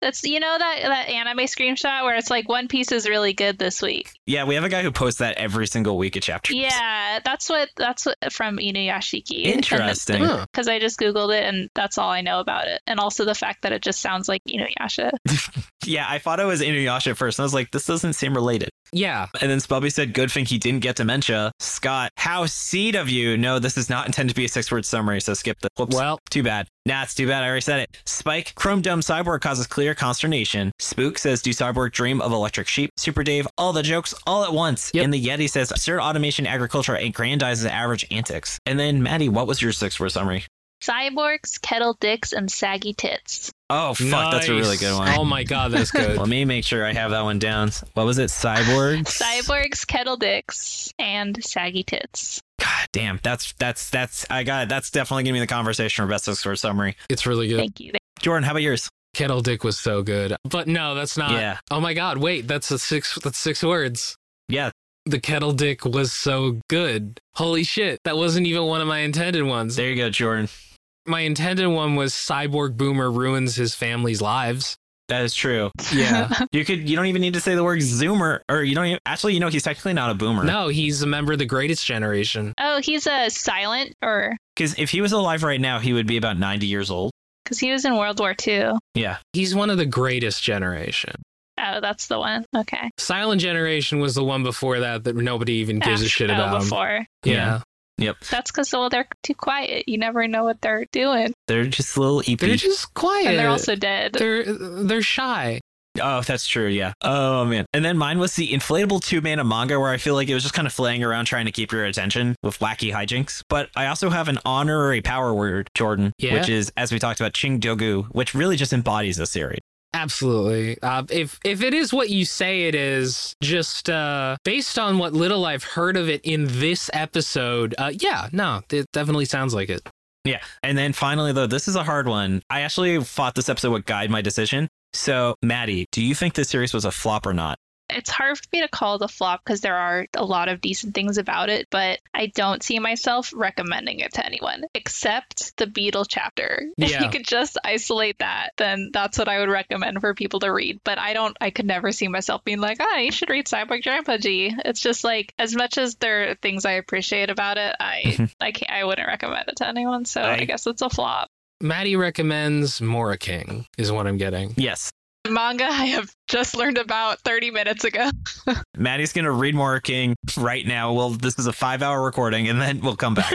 [SPEAKER 3] That's you know that that anime screenshot where it's like One Piece is really good this week.
[SPEAKER 1] yeah, we have a guy who posts that every single week at chapter.
[SPEAKER 3] Yeah, that's what that's what from Inuyashiki.
[SPEAKER 1] Interesting.
[SPEAKER 2] [laughs] Huh.
[SPEAKER 3] Because I just googled it and that's all I know about it, and also the fact that it just sounds like Inuyasha.
[SPEAKER 1] Yeah, I thought it was Inuyasha at first. And I was like, this doesn't seem related.
[SPEAKER 2] Yeah.
[SPEAKER 1] And then Spubby said, good thing he didn't get dementia. Scott, how seed of you. No, this is not intended to be a six word summary, so skip the. Whoops.
[SPEAKER 2] Well,
[SPEAKER 1] Too bad. Nah, it's too bad. I already said it. Spike, Chrome Dumb Cyborg causes clear consternation. Spook says, Do Cyborg dream of electric sheep? Super Dave, all the jokes all at once.
[SPEAKER 2] Yep.
[SPEAKER 1] And the Yeti says, Absurd automation agriculture aggrandizes average antics. And then, Maddie, what was your six word summary?
[SPEAKER 3] Cyborgs, kettle dicks, and saggy tits.
[SPEAKER 1] Oh, fuck. That's a really
[SPEAKER 2] nice.
[SPEAKER 1] good one.
[SPEAKER 2] Oh my God,
[SPEAKER 1] [laughs]
[SPEAKER 2] that's good.
[SPEAKER 1] Let me make sure I have that one down. What was it? Cyborg?
[SPEAKER 3] [laughs] Cyborgs, kettle dicks, and saggy tits.
[SPEAKER 1] God damn. That's, that's, that's, I got it. That's definitely going to be the conversation for best six word summary.
[SPEAKER 2] it's really good.
[SPEAKER 3] Thank you.
[SPEAKER 1] Jordan, how about yours?
[SPEAKER 2] Kettle Dick was so good. But no, that's not.
[SPEAKER 1] yeah.
[SPEAKER 2] Oh my God, wait, that's a six. That's six words.
[SPEAKER 1] Yeah.
[SPEAKER 2] The kettle dick was so good. Holy shit, that wasn't even one of my intended ones.
[SPEAKER 1] There you go, Jordan.
[SPEAKER 2] My intended one was cyborg boomer ruins his family's lives.
[SPEAKER 1] That is true.
[SPEAKER 2] Yeah.
[SPEAKER 1] You could. You don't even need to say the word zoomer, or you don't. Even, actually, you know, he's technically not a boomer.
[SPEAKER 2] no, he's a member of the greatest generation.
[SPEAKER 3] [laughs] Oh, he's a silent, or
[SPEAKER 1] because if he was alive right now, he would be about ninety years old.
[SPEAKER 3] because he was in World War II.
[SPEAKER 1] Yeah.
[SPEAKER 2] He's one of the greatest generation.
[SPEAKER 3] Oh, that's the one. Okay.
[SPEAKER 2] Silent Generation was the one before that that nobody even gives a
[SPEAKER 3] After-
[SPEAKER 2] shit
[SPEAKER 3] oh,
[SPEAKER 2] about.
[SPEAKER 3] before.
[SPEAKER 2] Yeah.
[SPEAKER 1] Yeah.
[SPEAKER 3] That's because well, they're too quiet. You never know what they're doing,
[SPEAKER 1] They're just little E eepy.
[SPEAKER 2] They're just quiet.
[SPEAKER 3] and they're also dead.
[SPEAKER 2] they're they're shy.
[SPEAKER 1] oh, that's true. Yeah. Oh man. And then mine was the inflatable tube man of manga, where I feel like it was just kind of flaying around trying to keep your attention with wacky hijinks. But I also have an honorary power word, Jordan,
[SPEAKER 2] Yeah?
[SPEAKER 1] which is as we talked about, Ching Dogu, which really just embodies the series.
[SPEAKER 2] Absolutely. Uh, if if it is what you say it is, just uh, based on what little I've heard of it in this episode, uh, yeah, no, it definitely sounds like it.
[SPEAKER 1] Yeah. And then finally, though, this is a hard one. I actually thought this episode would guide my decision. So, Maddie, do you think this series was a flop or not?
[SPEAKER 3] it's hard for me to call it a flop because there are a lot of decent things about it, but I don't see myself recommending it to anyone except the Beetle chapter. [laughs] If
[SPEAKER 2] Yeah.
[SPEAKER 3] you could just isolate that, then that's what I would recommend for people to read. But I don't, I could never see myself being like, ah, you should read Cyborg Grandpa G. It's just like, as much as there are things I appreciate about it, I,
[SPEAKER 1] Mhm.
[SPEAKER 3] I, can't, I wouldn't recommend it to anyone. So
[SPEAKER 1] I-
[SPEAKER 3] I guess it's a flop.
[SPEAKER 2] Maddie recommends Mora King is what I'm
[SPEAKER 3] [laughs]
[SPEAKER 2] getting. [laughs]
[SPEAKER 1] Yes.
[SPEAKER 3] Manga I have just learned about 30 minutes ago. [laughs]
[SPEAKER 1] Maddie's going to read More King right now. Well, this is a five hour recording, and then we'll come back.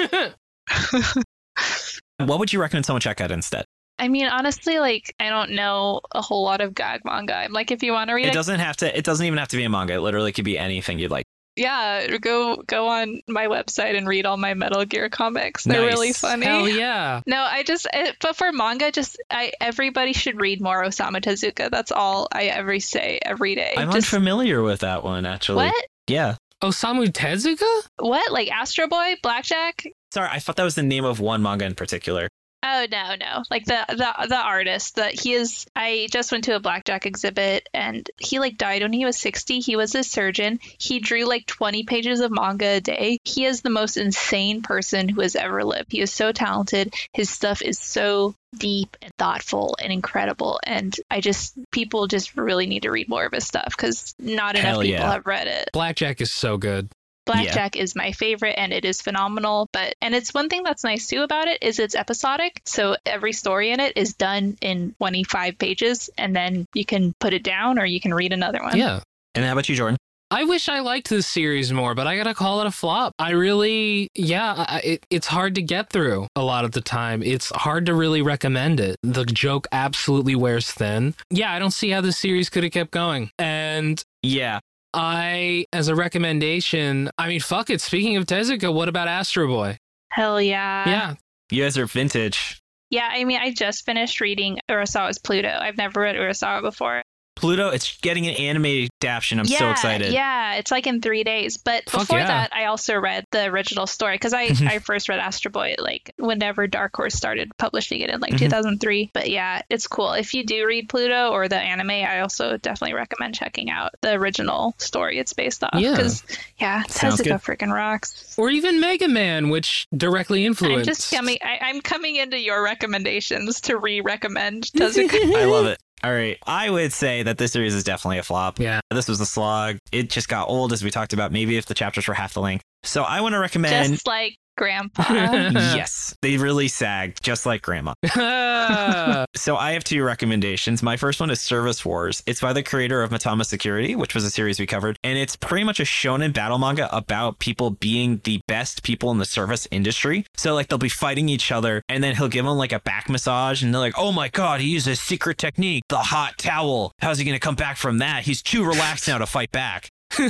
[SPEAKER 1] what would you recommend someone check out instead?
[SPEAKER 3] I mean, honestly, like I don't know a whole lot of gag manga. I'm like, if you want to read
[SPEAKER 1] It
[SPEAKER 3] it,
[SPEAKER 1] doesn't have to, it doesn't even have to be a manga. It literally could be anything you'd like.
[SPEAKER 3] yeah, go go on my website and read all my Metal Gear comics. They're
[SPEAKER 1] Nice.
[SPEAKER 3] really funny.
[SPEAKER 2] Hell yeah.
[SPEAKER 3] No, I just I, but for manga, just I everybody should read more Osamu Tezuka. That's all I ever say every day.
[SPEAKER 1] I'm
[SPEAKER 3] just,
[SPEAKER 1] unfamiliar with that one, actually.
[SPEAKER 3] what
[SPEAKER 1] Yeah.
[SPEAKER 2] Osamu Tezuka?
[SPEAKER 3] what like Astro Boy, Blackjack.
[SPEAKER 1] Sorry, I thought that was the name of one manga in particular.
[SPEAKER 3] Oh no, no. Like the the the artist that he is I just went to a blackjack exhibit and he like died when he was 60. He was a surgeon. He drew like 20 pages of manga a day. He is the most insane person who has ever lived. He is so talented. His stuff is so deep and thoughtful and incredible and I just people just really need to read more of his stuff cuz not enough
[SPEAKER 1] Hell
[SPEAKER 3] people
[SPEAKER 1] yeah.
[SPEAKER 3] have read it.
[SPEAKER 2] Blackjack is so good.
[SPEAKER 3] Blackjack is my favorite and it is phenomenal. But and it's one thing that's nice too about it is it's episodic. So every story in it is done in 25 pages and then you can put it down or you can read another one.
[SPEAKER 2] Yeah.
[SPEAKER 1] And how about you, Jordan?
[SPEAKER 2] I wish I liked this series more, but I gotta call it a flop. I really, yeah, I, it, it's hard to get through a lot of the time. It's hard to really recommend it. The joke absolutely wears thin. Yeah, I don't see how this series could have kept going. And
[SPEAKER 1] Yeah.
[SPEAKER 2] I, as a recommendation, I mean, fuck it. Speaking of Tezuka, what about Astro Boy?
[SPEAKER 3] Hell yeah.
[SPEAKER 2] yeah,
[SPEAKER 1] You guys are vintage.
[SPEAKER 3] Yeah, I mean I just finished reading Urasawa's Pluto. I've never read Urasawa before.
[SPEAKER 1] Pluto, it's getting an anime adaptation. I'm
[SPEAKER 3] yeah,
[SPEAKER 1] so excited.
[SPEAKER 3] Yeah, it's like in three days. But
[SPEAKER 2] Fuck
[SPEAKER 3] before
[SPEAKER 2] yeah.
[SPEAKER 3] that, I also read the original story because
[SPEAKER 1] [laughs]
[SPEAKER 3] I, I first read Astro Boy like whenever Dark Horse started publishing it in like
[SPEAKER 1] Mhm.
[SPEAKER 3] 2003. But yeah, it's cool. If you do read Pluto or the anime, I also definitely recommend checking out the original story it's based off.
[SPEAKER 2] Yeah.
[SPEAKER 3] Because, yeah,
[SPEAKER 1] Sounds
[SPEAKER 3] Tezuka freaking rocks.
[SPEAKER 2] or even Mega Man, which directly
[SPEAKER 3] I'm
[SPEAKER 2] influenced.
[SPEAKER 3] just
[SPEAKER 2] [laughs]
[SPEAKER 3] coming. I, I'm coming into your recommendations to re-recommend
[SPEAKER 1] [laughs]
[SPEAKER 3] Tezuka.
[SPEAKER 1] I
[SPEAKER 2] [laughs]
[SPEAKER 1] love it. All right. I would say that this series is definitely a flop.
[SPEAKER 2] Yeah.
[SPEAKER 1] This was a slog. It just got old, as we talked about. Maybe if the chapters were half the length. So I want to recommend.
[SPEAKER 3] just like
[SPEAKER 1] [laughs]
[SPEAKER 3] Grandpa.
[SPEAKER 1] yes, they really sagged, just like Grandma.
[SPEAKER 3] [laughs]
[SPEAKER 1] So I have two recommendations. My first one is Service Wars. It's by the creator of Matama Security, which was a series we covered, and it's pretty much a shonen battle manga about people being the best people in the service industry. So like they'll be fighting each other, and then he'll give them like a back massage, and they're like, "Oh my god, he used a secret technique, the hot towel. How's he gonna come back from that? He's too relaxed now to fight back."
[SPEAKER 2] [laughs]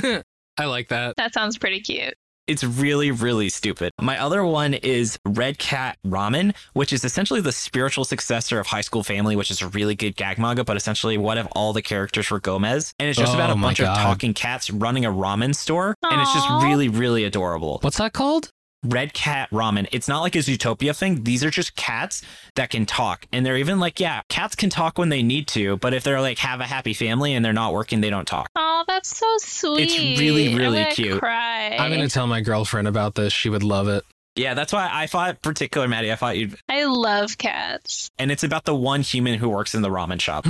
[SPEAKER 2] I like that.
[SPEAKER 3] that sounds pretty cute.
[SPEAKER 1] It's really, really stupid. My other one is Red Cat Ramen, which is essentially the spiritual successor of High School Family, which is a really good gag manga, but essentially what if all the characters were Gomez? And it's just
[SPEAKER 2] Oh
[SPEAKER 1] about a
[SPEAKER 2] my
[SPEAKER 1] bunch of
[SPEAKER 2] God.
[SPEAKER 1] talking cats running a ramen store. And it's just
[SPEAKER 3] Aw.
[SPEAKER 1] really, really adorable.
[SPEAKER 2] What's that called?
[SPEAKER 1] Red Cat Ramen. It's not like a Zootopia thing. These are just cats that can talk. And they're even like, yeah, cats can talk when they need to, but if they're like have a happy family and they're not working, they don't talk.
[SPEAKER 3] Oh, that's so sweet.
[SPEAKER 1] really,
[SPEAKER 3] I'm
[SPEAKER 1] really
[SPEAKER 3] gonna
[SPEAKER 1] cute.
[SPEAKER 3] Cry.
[SPEAKER 2] I'm gonna tell my girlfriend about this. She would love
[SPEAKER 3] [laughs]
[SPEAKER 2] it.
[SPEAKER 1] Yeah, that's why I thought particular, Maddie, I thought you'd
[SPEAKER 3] I love cats.
[SPEAKER 1] and it's about the one human who works in the ramen shop.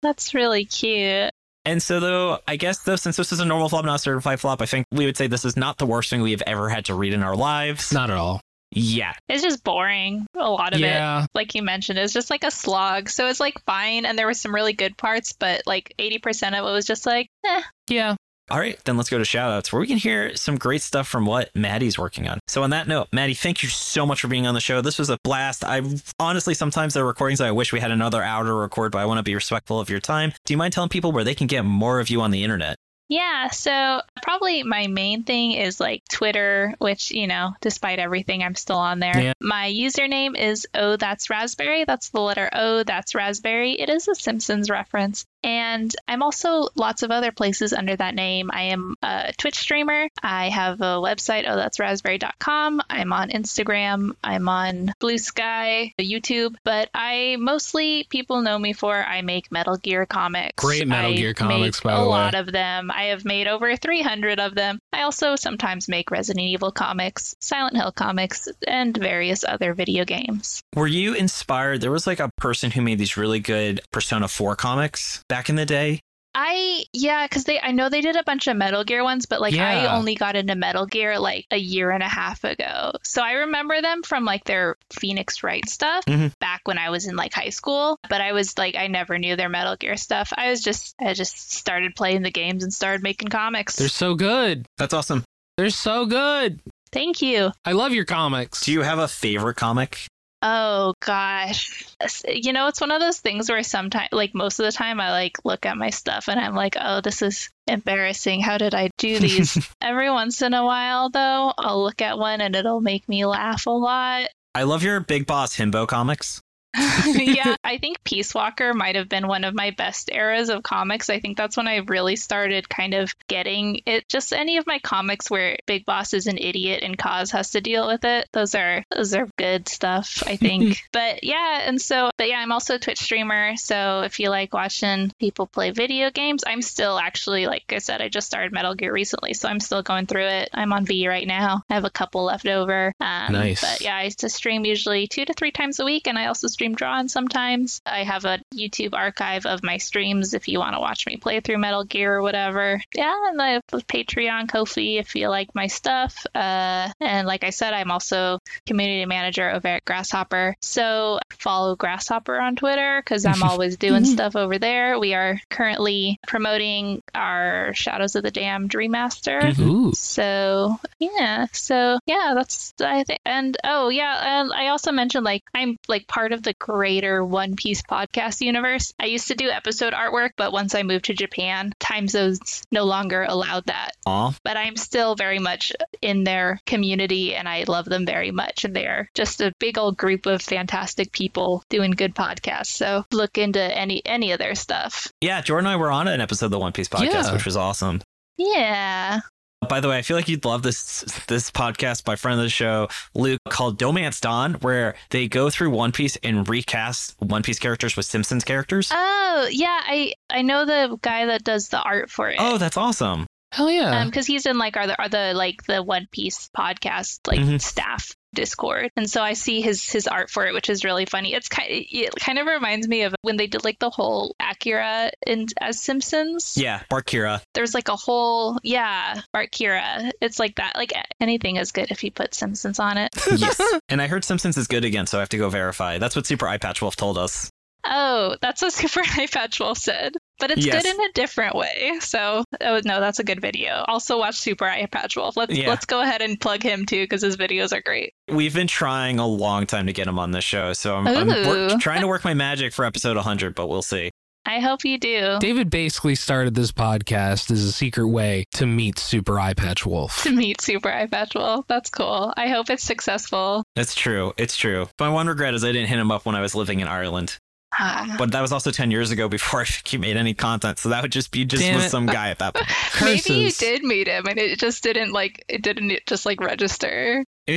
[SPEAKER 3] That's really cute.
[SPEAKER 1] And so, though, I guess though, since this is a normal flop, not a certified flop, I think we would say this is not the worst thing we have ever had to read in our lives.
[SPEAKER 2] Not at all.
[SPEAKER 1] Yeah,
[SPEAKER 3] It's just boring. A lot of it,
[SPEAKER 2] yeah.
[SPEAKER 3] like you mentioned, is just like a slog. So it's like fine, and there were some really good parts, but like 80% of it was just like, eh.
[SPEAKER 2] Yeah.
[SPEAKER 1] All right, then let's go to shout outs where we can hear some great stuff from what Maddie's working on. So, on that note, Maddie, thank you so much for being on the show. This was a blast. I honestly, sometimes there are recordings I wish we had another hour to record, but I want to be respectful of your time. Do you mind telling people where they can get more of you on the internet?
[SPEAKER 3] Yeah, so probably my main thing is like Twitter, which, you know, despite everything, I'm still on there.
[SPEAKER 2] Yeah.
[SPEAKER 3] My username is Oh That's Raspberry. That's the letter O That's Raspberry. It is a Simpsons reference. And I'm also lots of other places under that name. I am a Twitch streamer. I have a website, oh, that's raspberry.com. I'm on Instagram. I'm on Blue Sky, YouTube. But I mostly, people know me for I make Metal Gear comics.
[SPEAKER 2] Great Metal
[SPEAKER 3] I
[SPEAKER 2] Gear comics,
[SPEAKER 3] make
[SPEAKER 2] by the
[SPEAKER 3] a
[SPEAKER 2] way.
[SPEAKER 3] lot of them. I have made over 300 of them. I also sometimes make Resident Evil comics, Silent Hill comics, and various other video games.
[SPEAKER 1] Were you inspired? There was like a person who made these really good Persona 4 comics back in the day.
[SPEAKER 3] I yeah, because they I know they did a bunch of Metal Gear ones, but like
[SPEAKER 2] Yeah.
[SPEAKER 3] I only got into Metal Gear like a year and a half ago. So I remember them from like their Phoenix Wright stuff
[SPEAKER 1] Mhm.
[SPEAKER 3] back when I was in like high school. But I was like I never knew their Metal Gear stuff. I was just I just started playing the games and started making comics.
[SPEAKER 2] They're so good.
[SPEAKER 1] That's awesome.
[SPEAKER 2] They're so good.
[SPEAKER 3] Thank you.
[SPEAKER 2] I love your comics. [laughs]
[SPEAKER 1] Do you have a favorite comic?
[SPEAKER 3] Oh gosh. S- You know, it's one of those things where sometimes like most of the time I like look at my stuff and I'm like, "Oh, this is embarrassing. How did I do these?" Every once in a while though, I'll look at one and it'll make me laugh a lot.
[SPEAKER 1] I love your Big Boss Himbo comics.
[SPEAKER 3] [laughs] [laughs]
[SPEAKER 2] [laughs]
[SPEAKER 3] yeah, I think Peace Walker might have been one of my best eras of comics. I think that's when I really started kind of getting it. Just any of my comics where Big Boss is an idiot and Cause has to deal with it. Those are those are good stuff, I think. but yeah, and so but yeah, I'm also a Twitch streamer. So if you like watching people play video games, I'm still actually like I said, I just started Metal Gear recently, so I'm still going through it. I'm on V right now. I have a couple left over. Um,
[SPEAKER 2] Nice.
[SPEAKER 3] But yeah, I used to stream usually two to three times a week, and I also stream Drawn sometimes. I have a YouTube archive of my streams if you want to watch me play through Metal Gear or whatever. Yeah, and I have a Patreon, Kofi if you like my stuff. Uh, and like I said, I'm also community manager over at Grasshopper. So follow Grasshopper on Twitter because I'm always doing stuff over there. We are currently promoting our Shadows of the Damned remaster.
[SPEAKER 2] Ooh.
[SPEAKER 3] So yeah, so yeah, that's I think. And oh yeah, and I also mentioned like I'm like part of the the greater One Piece podcast universe. I used to do episode artwork, but once I moved to Japan, time zones no longer allowed that.
[SPEAKER 1] Aw.
[SPEAKER 3] But I'm still very much in their community and I love them very much. And they're just a big old group of fantastic people doing good podcasts. So look into any any of their stuff.
[SPEAKER 1] Yeah, Jordan and I were on an episode of the One Piece podcast,
[SPEAKER 2] Yeah.
[SPEAKER 1] which was awesome.
[SPEAKER 3] Yeah.
[SPEAKER 1] By the way, I feel like you'd love this this podcast by friend of the show, Luke, called Domance Dawn, where they go through One Piece and recast One Piece characters with Simpsons characters.
[SPEAKER 3] Oh, yeah, I I know the guy that does the art for it.
[SPEAKER 1] oh, that's awesome.
[SPEAKER 2] Hell yeah.
[SPEAKER 3] Um, because he's in like are the are the like the One Piece podcast like
[SPEAKER 1] Mhm.
[SPEAKER 3] staff Discord, and so I see his his art for it, which is really funny. It's kind it kind of reminds me of when they did like the whole Akira and as Simpsons.
[SPEAKER 1] Yeah, Bart
[SPEAKER 3] [laughs]
[SPEAKER 1] Kira.
[SPEAKER 3] There's like a whole yeah Bart Kira. It's like that. Like anything is good if you put Simpsons on it.
[SPEAKER 1] yes. And I heard Simpsons is good again, so I have to go verify. That's what Super Eye Patch Wolf told us.
[SPEAKER 3] Oh, that's what [laughs] Super Eye Patch Wolf said. But it's
[SPEAKER 1] Yes.
[SPEAKER 3] good in a different way. So, oh no, that's a good video. Also watch Super Eye Patch Wolf. Let's
[SPEAKER 1] Yeah.
[SPEAKER 3] let's go ahead and plug him too because his videos are great.
[SPEAKER 1] We've been trying a long time to get him on this show, so I'm, I'm
[SPEAKER 3] Ooh.
[SPEAKER 1] work, trying to work my magic for episode 100, but we'll see.
[SPEAKER 3] I hope you do.
[SPEAKER 2] David basically started this podcast as a secret way to meet Super Eye Patch Wolf.
[SPEAKER 3] To meet Super Eye Patch Wolf. That's cool. I hope it's successful. [sighs]
[SPEAKER 1] It's true. It's true. My one regret is I didn't hit him up when I was living in Ireland,
[SPEAKER 3] Ah.
[SPEAKER 1] but that was also 10 years ago before [laughs] I think he made any content, so that would just be just
[SPEAKER 2] Damn
[SPEAKER 1] with
[SPEAKER 2] it.
[SPEAKER 1] some guy at that
[SPEAKER 2] [laughs]
[SPEAKER 1] point.
[SPEAKER 3] Maybe you
[SPEAKER 2] Curses.
[SPEAKER 3] did meet him and it just didn't like it didn't it just like register.
[SPEAKER 2] [laughs]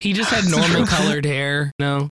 [SPEAKER 2] He just
[SPEAKER 3] [laughs]
[SPEAKER 2] had normal colored hair. No.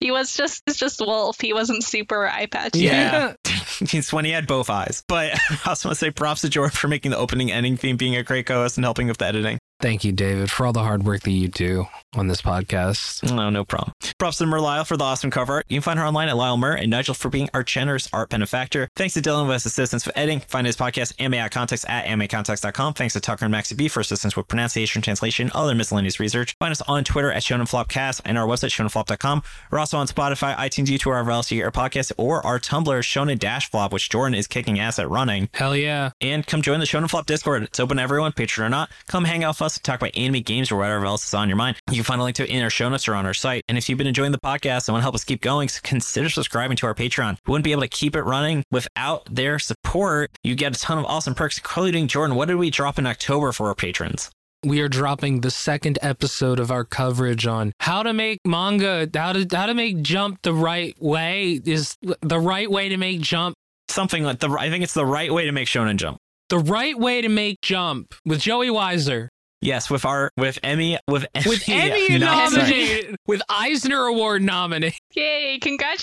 [SPEAKER 3] He was just it's just Wolf. He wasn't Super Eye Patch.
[SPEAKER 1] Yeah.
[SPEAKER 3] yet.
[SPEAKER 1] [laughs] It's when he had both eyes. But [laughs] I also want to say props to Jordan for making the opening ending theme, being a great co-host, and helping with the editing.
[SPEAKER 2] Thank you, David, for all the hard work that you do on this podcast.
[SPEAKER 1] No, no problem. Props to Merlisle for the awesome cover art. You can find her online at Lyle Murr and Nigel for being our generous art benefactor. Thanks to Dylan West assistance for editing. Find his podcast, AMA at Context at AMAcontext.com. Thanks to Tucker and Maxi B for assistance with pronunciation, translation, other miscellaneous research. Find us on Twitter at ShonenFlopcast and our website, ShonenFlop.com. We're also on Spotify, iTunes, YouTube, or else you get our podcast, or our Tumblr, Shonen Dash Flop, which Jordan is kicking ass at running
[SPEAKER 2] Hell yeah.
[SPEAKER 1] and come join the Shonen Flop Discord. It's open to everyone, patron or not. Come hang out with us, talk about anime, games, or whatever else is on your mind. You can find a link to it in our show notes or on our site. And if you've been enjoying the podcast and want to help us keep going, consider subscribing to our Patreon. We wouldn't be able to keep it running without their support. You get a ton of awesome perks, including Jordan. What did we drop in October for our patrons?
[SPEAKER 2] We are dropping the second episode of our coverage on how to make manga, how to how to make jump the right way is the right way to make jump,
[SPEAKER 1] Something like the I think it's the right way to make Shonen Jump.
[SPEAKER 2] the right way to make jump with Joey Weiser,
[SPEAKER 1] Yes, with our with Emmy with Emmy [laughs]
[SPEAKER 2] with Emmy
[SPEAKER 1] yeah, no, sorry.
[SPEAKER 2] nominated, with Eisner Award nominated.
[SPEAKER 3] [laughs] Yay,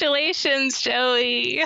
[SPEAKER 3] congratulations, Joey.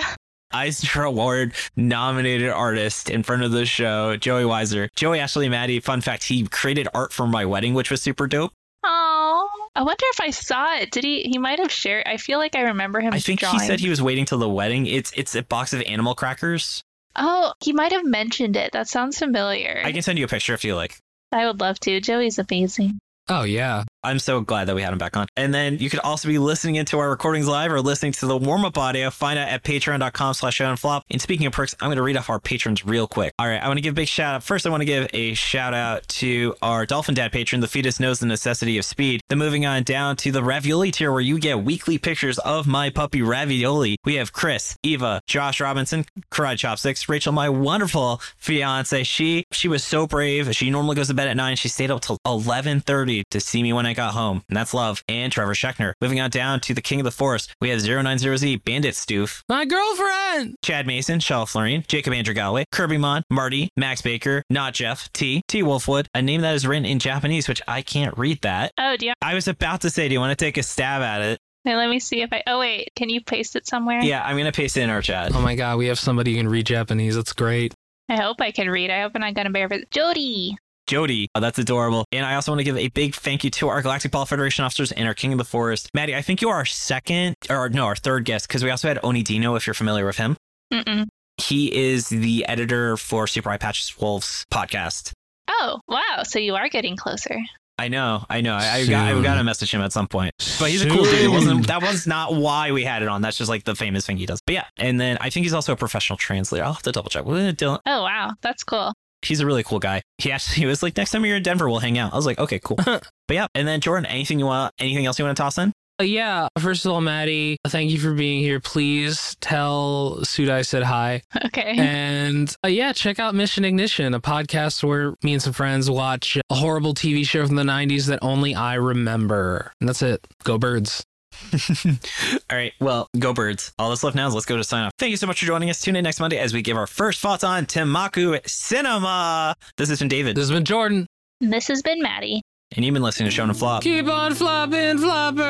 [SPEAKER 1] Eisner Award nominated artist in front of the show, Joey Weiser. Joey Ashley Maddie, fun fact, he created art for my wedding, which was super dope.
[SPEAKER 3] Oh, I wonder if I saw it. Did he? He might have shared. I feel like I remember him.
[SPEAKER 1] I think
[SPEAKER 3] drawing.
[SPEAKER 1] he said he was waiting till the wedding. It's it's a box of animal crackers.
[SPEAKER 3] Oh, he might have mentioned it. That sounds familiar.
[SPEAKER 1] I can send you a picture if you like.
[SPEAKER 3] I would love to. Joey's amazing.
[SPEAKER 2] Oh yeah.
[SPEAKER 1] I'm so glad that we had him back on. And then you could also be listening into our recordings live or listening to the warm-up audio. Find out at patreon.com slash show and flop. And speaking of perks, I'm going to read off our patrons real quick. All right, I want to give a big shout out. First, I want to give a shout out to our Dolphin Dad patron. The fetus knows the necessity of speed. Then moving on down to the ravioli tier where you get weekly pictures of my puppy ravioli. We have Chris, Eva, Josh Robinson, Karate Chopsticks, Rachel, my wonderful fiance. She she was so brave. She normally goes to bed at nine. She stayed up till eleven thirty to see me when I got home. And that's love. And Trevor Schechner. Moving on down to the King of the Forest, we have 090Z, Bandit Stoof,
[SPEAKER 2] My girlfriend.
[SPEAKER 1] Chad Mason, Shell Florine, Jacob Andrew Galloway, Kirby Mon, Marty, Max Baker, Not Jeff, T, T Wolfwood, a name that is written in Japanese, which I can't read that.
[SPEAKER 3] Oh, do you?
[SPEAKER 1] I was about to say, do you want to take a stab at it?
[SPEAKER 3] Wait, let me see if I. Oh wait, can you paste it somewhere?
[SPEAKER 1] Yeah, I'm gonna paste it in our chat.
[SPEAKER 2] Oh my god, we have somebody who can read Japanese. That's great.
[SPEAKER 3] I hope I can read. I hope I'm not gonna bear it. Jody.
[SPEAKER 1] Jody. Oh, that's adorable. And I also want to give a big thank you to our Galactic Ball Federation officers and our King of the Forest. Maddie, I think you are our second, or no, our third guest, because we also had Oni Dino, if you're familiar with him.
[SPEAKER 3] Mm-mm.
[SPEAKER 1] He is the editor for Super Eye Patches Wolves podcast.
[SPEAKER 3] Oh wow, so you are getting closer.
[SPEAKER 1] I know, I know. I, I got, I
[SPEAKER 2] Soon.
[SPEAKER 1] got to message him at some point. But he's a cool dude. It
[SPEAKER 2] Soon.
[SPEAKER 1] wasn't, that was not why we had it on. That's just like the famous thing he does. But yeah, and then I think he's also a professional translator. I'll have to double check. Well, Dylan,
[SPEAKER 3] Oh wow, that's cool. [laughs]
[SPEAKER 1] he's a really cool guy. He actually [laughs] he was [laughs] like, next time you're in Denver, we'll hang out. I was like, okay, cool. but yeah, and then Jordan, anything you want? Anything else you want to toss in?
[SPEAKER 2] Uh, yeah, first of all, Maddie, thank you for being here. Please tell Sudai said hi.
[SPEAKER 1] Eh.
[SPEAKER 3] Okay.
[SPEAKER 2] And uh, yeah, check out Mission Ignition, a podcast where me and some friends watch a horrible TV show from the 90s that only I remember. And that's it. Go birds.
[SPEAKER 1] [laughs] All right. Well, go birds. All that's left now is let's go to sign off. Thank you so much for joining us. Tune in next Monday as we give our first thoughts on Temaku Cinema. This has been David,
[SPEAKER 2] This has been Jordan.
[SPEAKER 3] This has been Maddie.
[SPEAKER 1] and you've been listening to Shonen Flop.
[SPEAKER 2] Keep on flopping, floppers.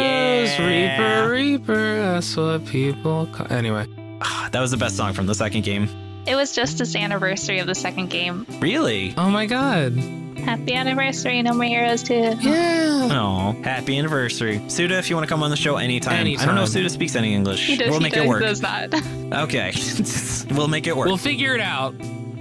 [SPEAKER 2] Yes,
[SPEAKER 1] Yeah.
[SPEAKER 2] Reaper, Reaper. That's what people call. Anyway.
[SPEAKER 1] Ah, That was the best song from the second game.
[SPEAKER 3] It was just this anniversary of the second game.
[SPEAKER 1] Really?
[SPEAKER 2] Oh my God.
[SPEAKER 3] Happy anniversary, No More Heroes 2.
[SPEAKER 2] Yeah.
[SPEAKER 1] Oh, happy anniversary. Suda, if you want to come on the show anytime. I don't
[SPEAKER 2] Anytime.
[SPEAKER 1] know if Suda speaks any English.
[SPEAKER 3] He does,
[SPEAKER 1] we'll
[SPEAKER 3] he
[SPEAKER 1] make
[SPEAKER 3] [laughs] does,
[SPEAKER 1] it work.
[SPEAKER 3] does not.
[SPEAKER 1] Okay. [laughs] we'll make it work.
[SPEAKER 2] We'll figure it out.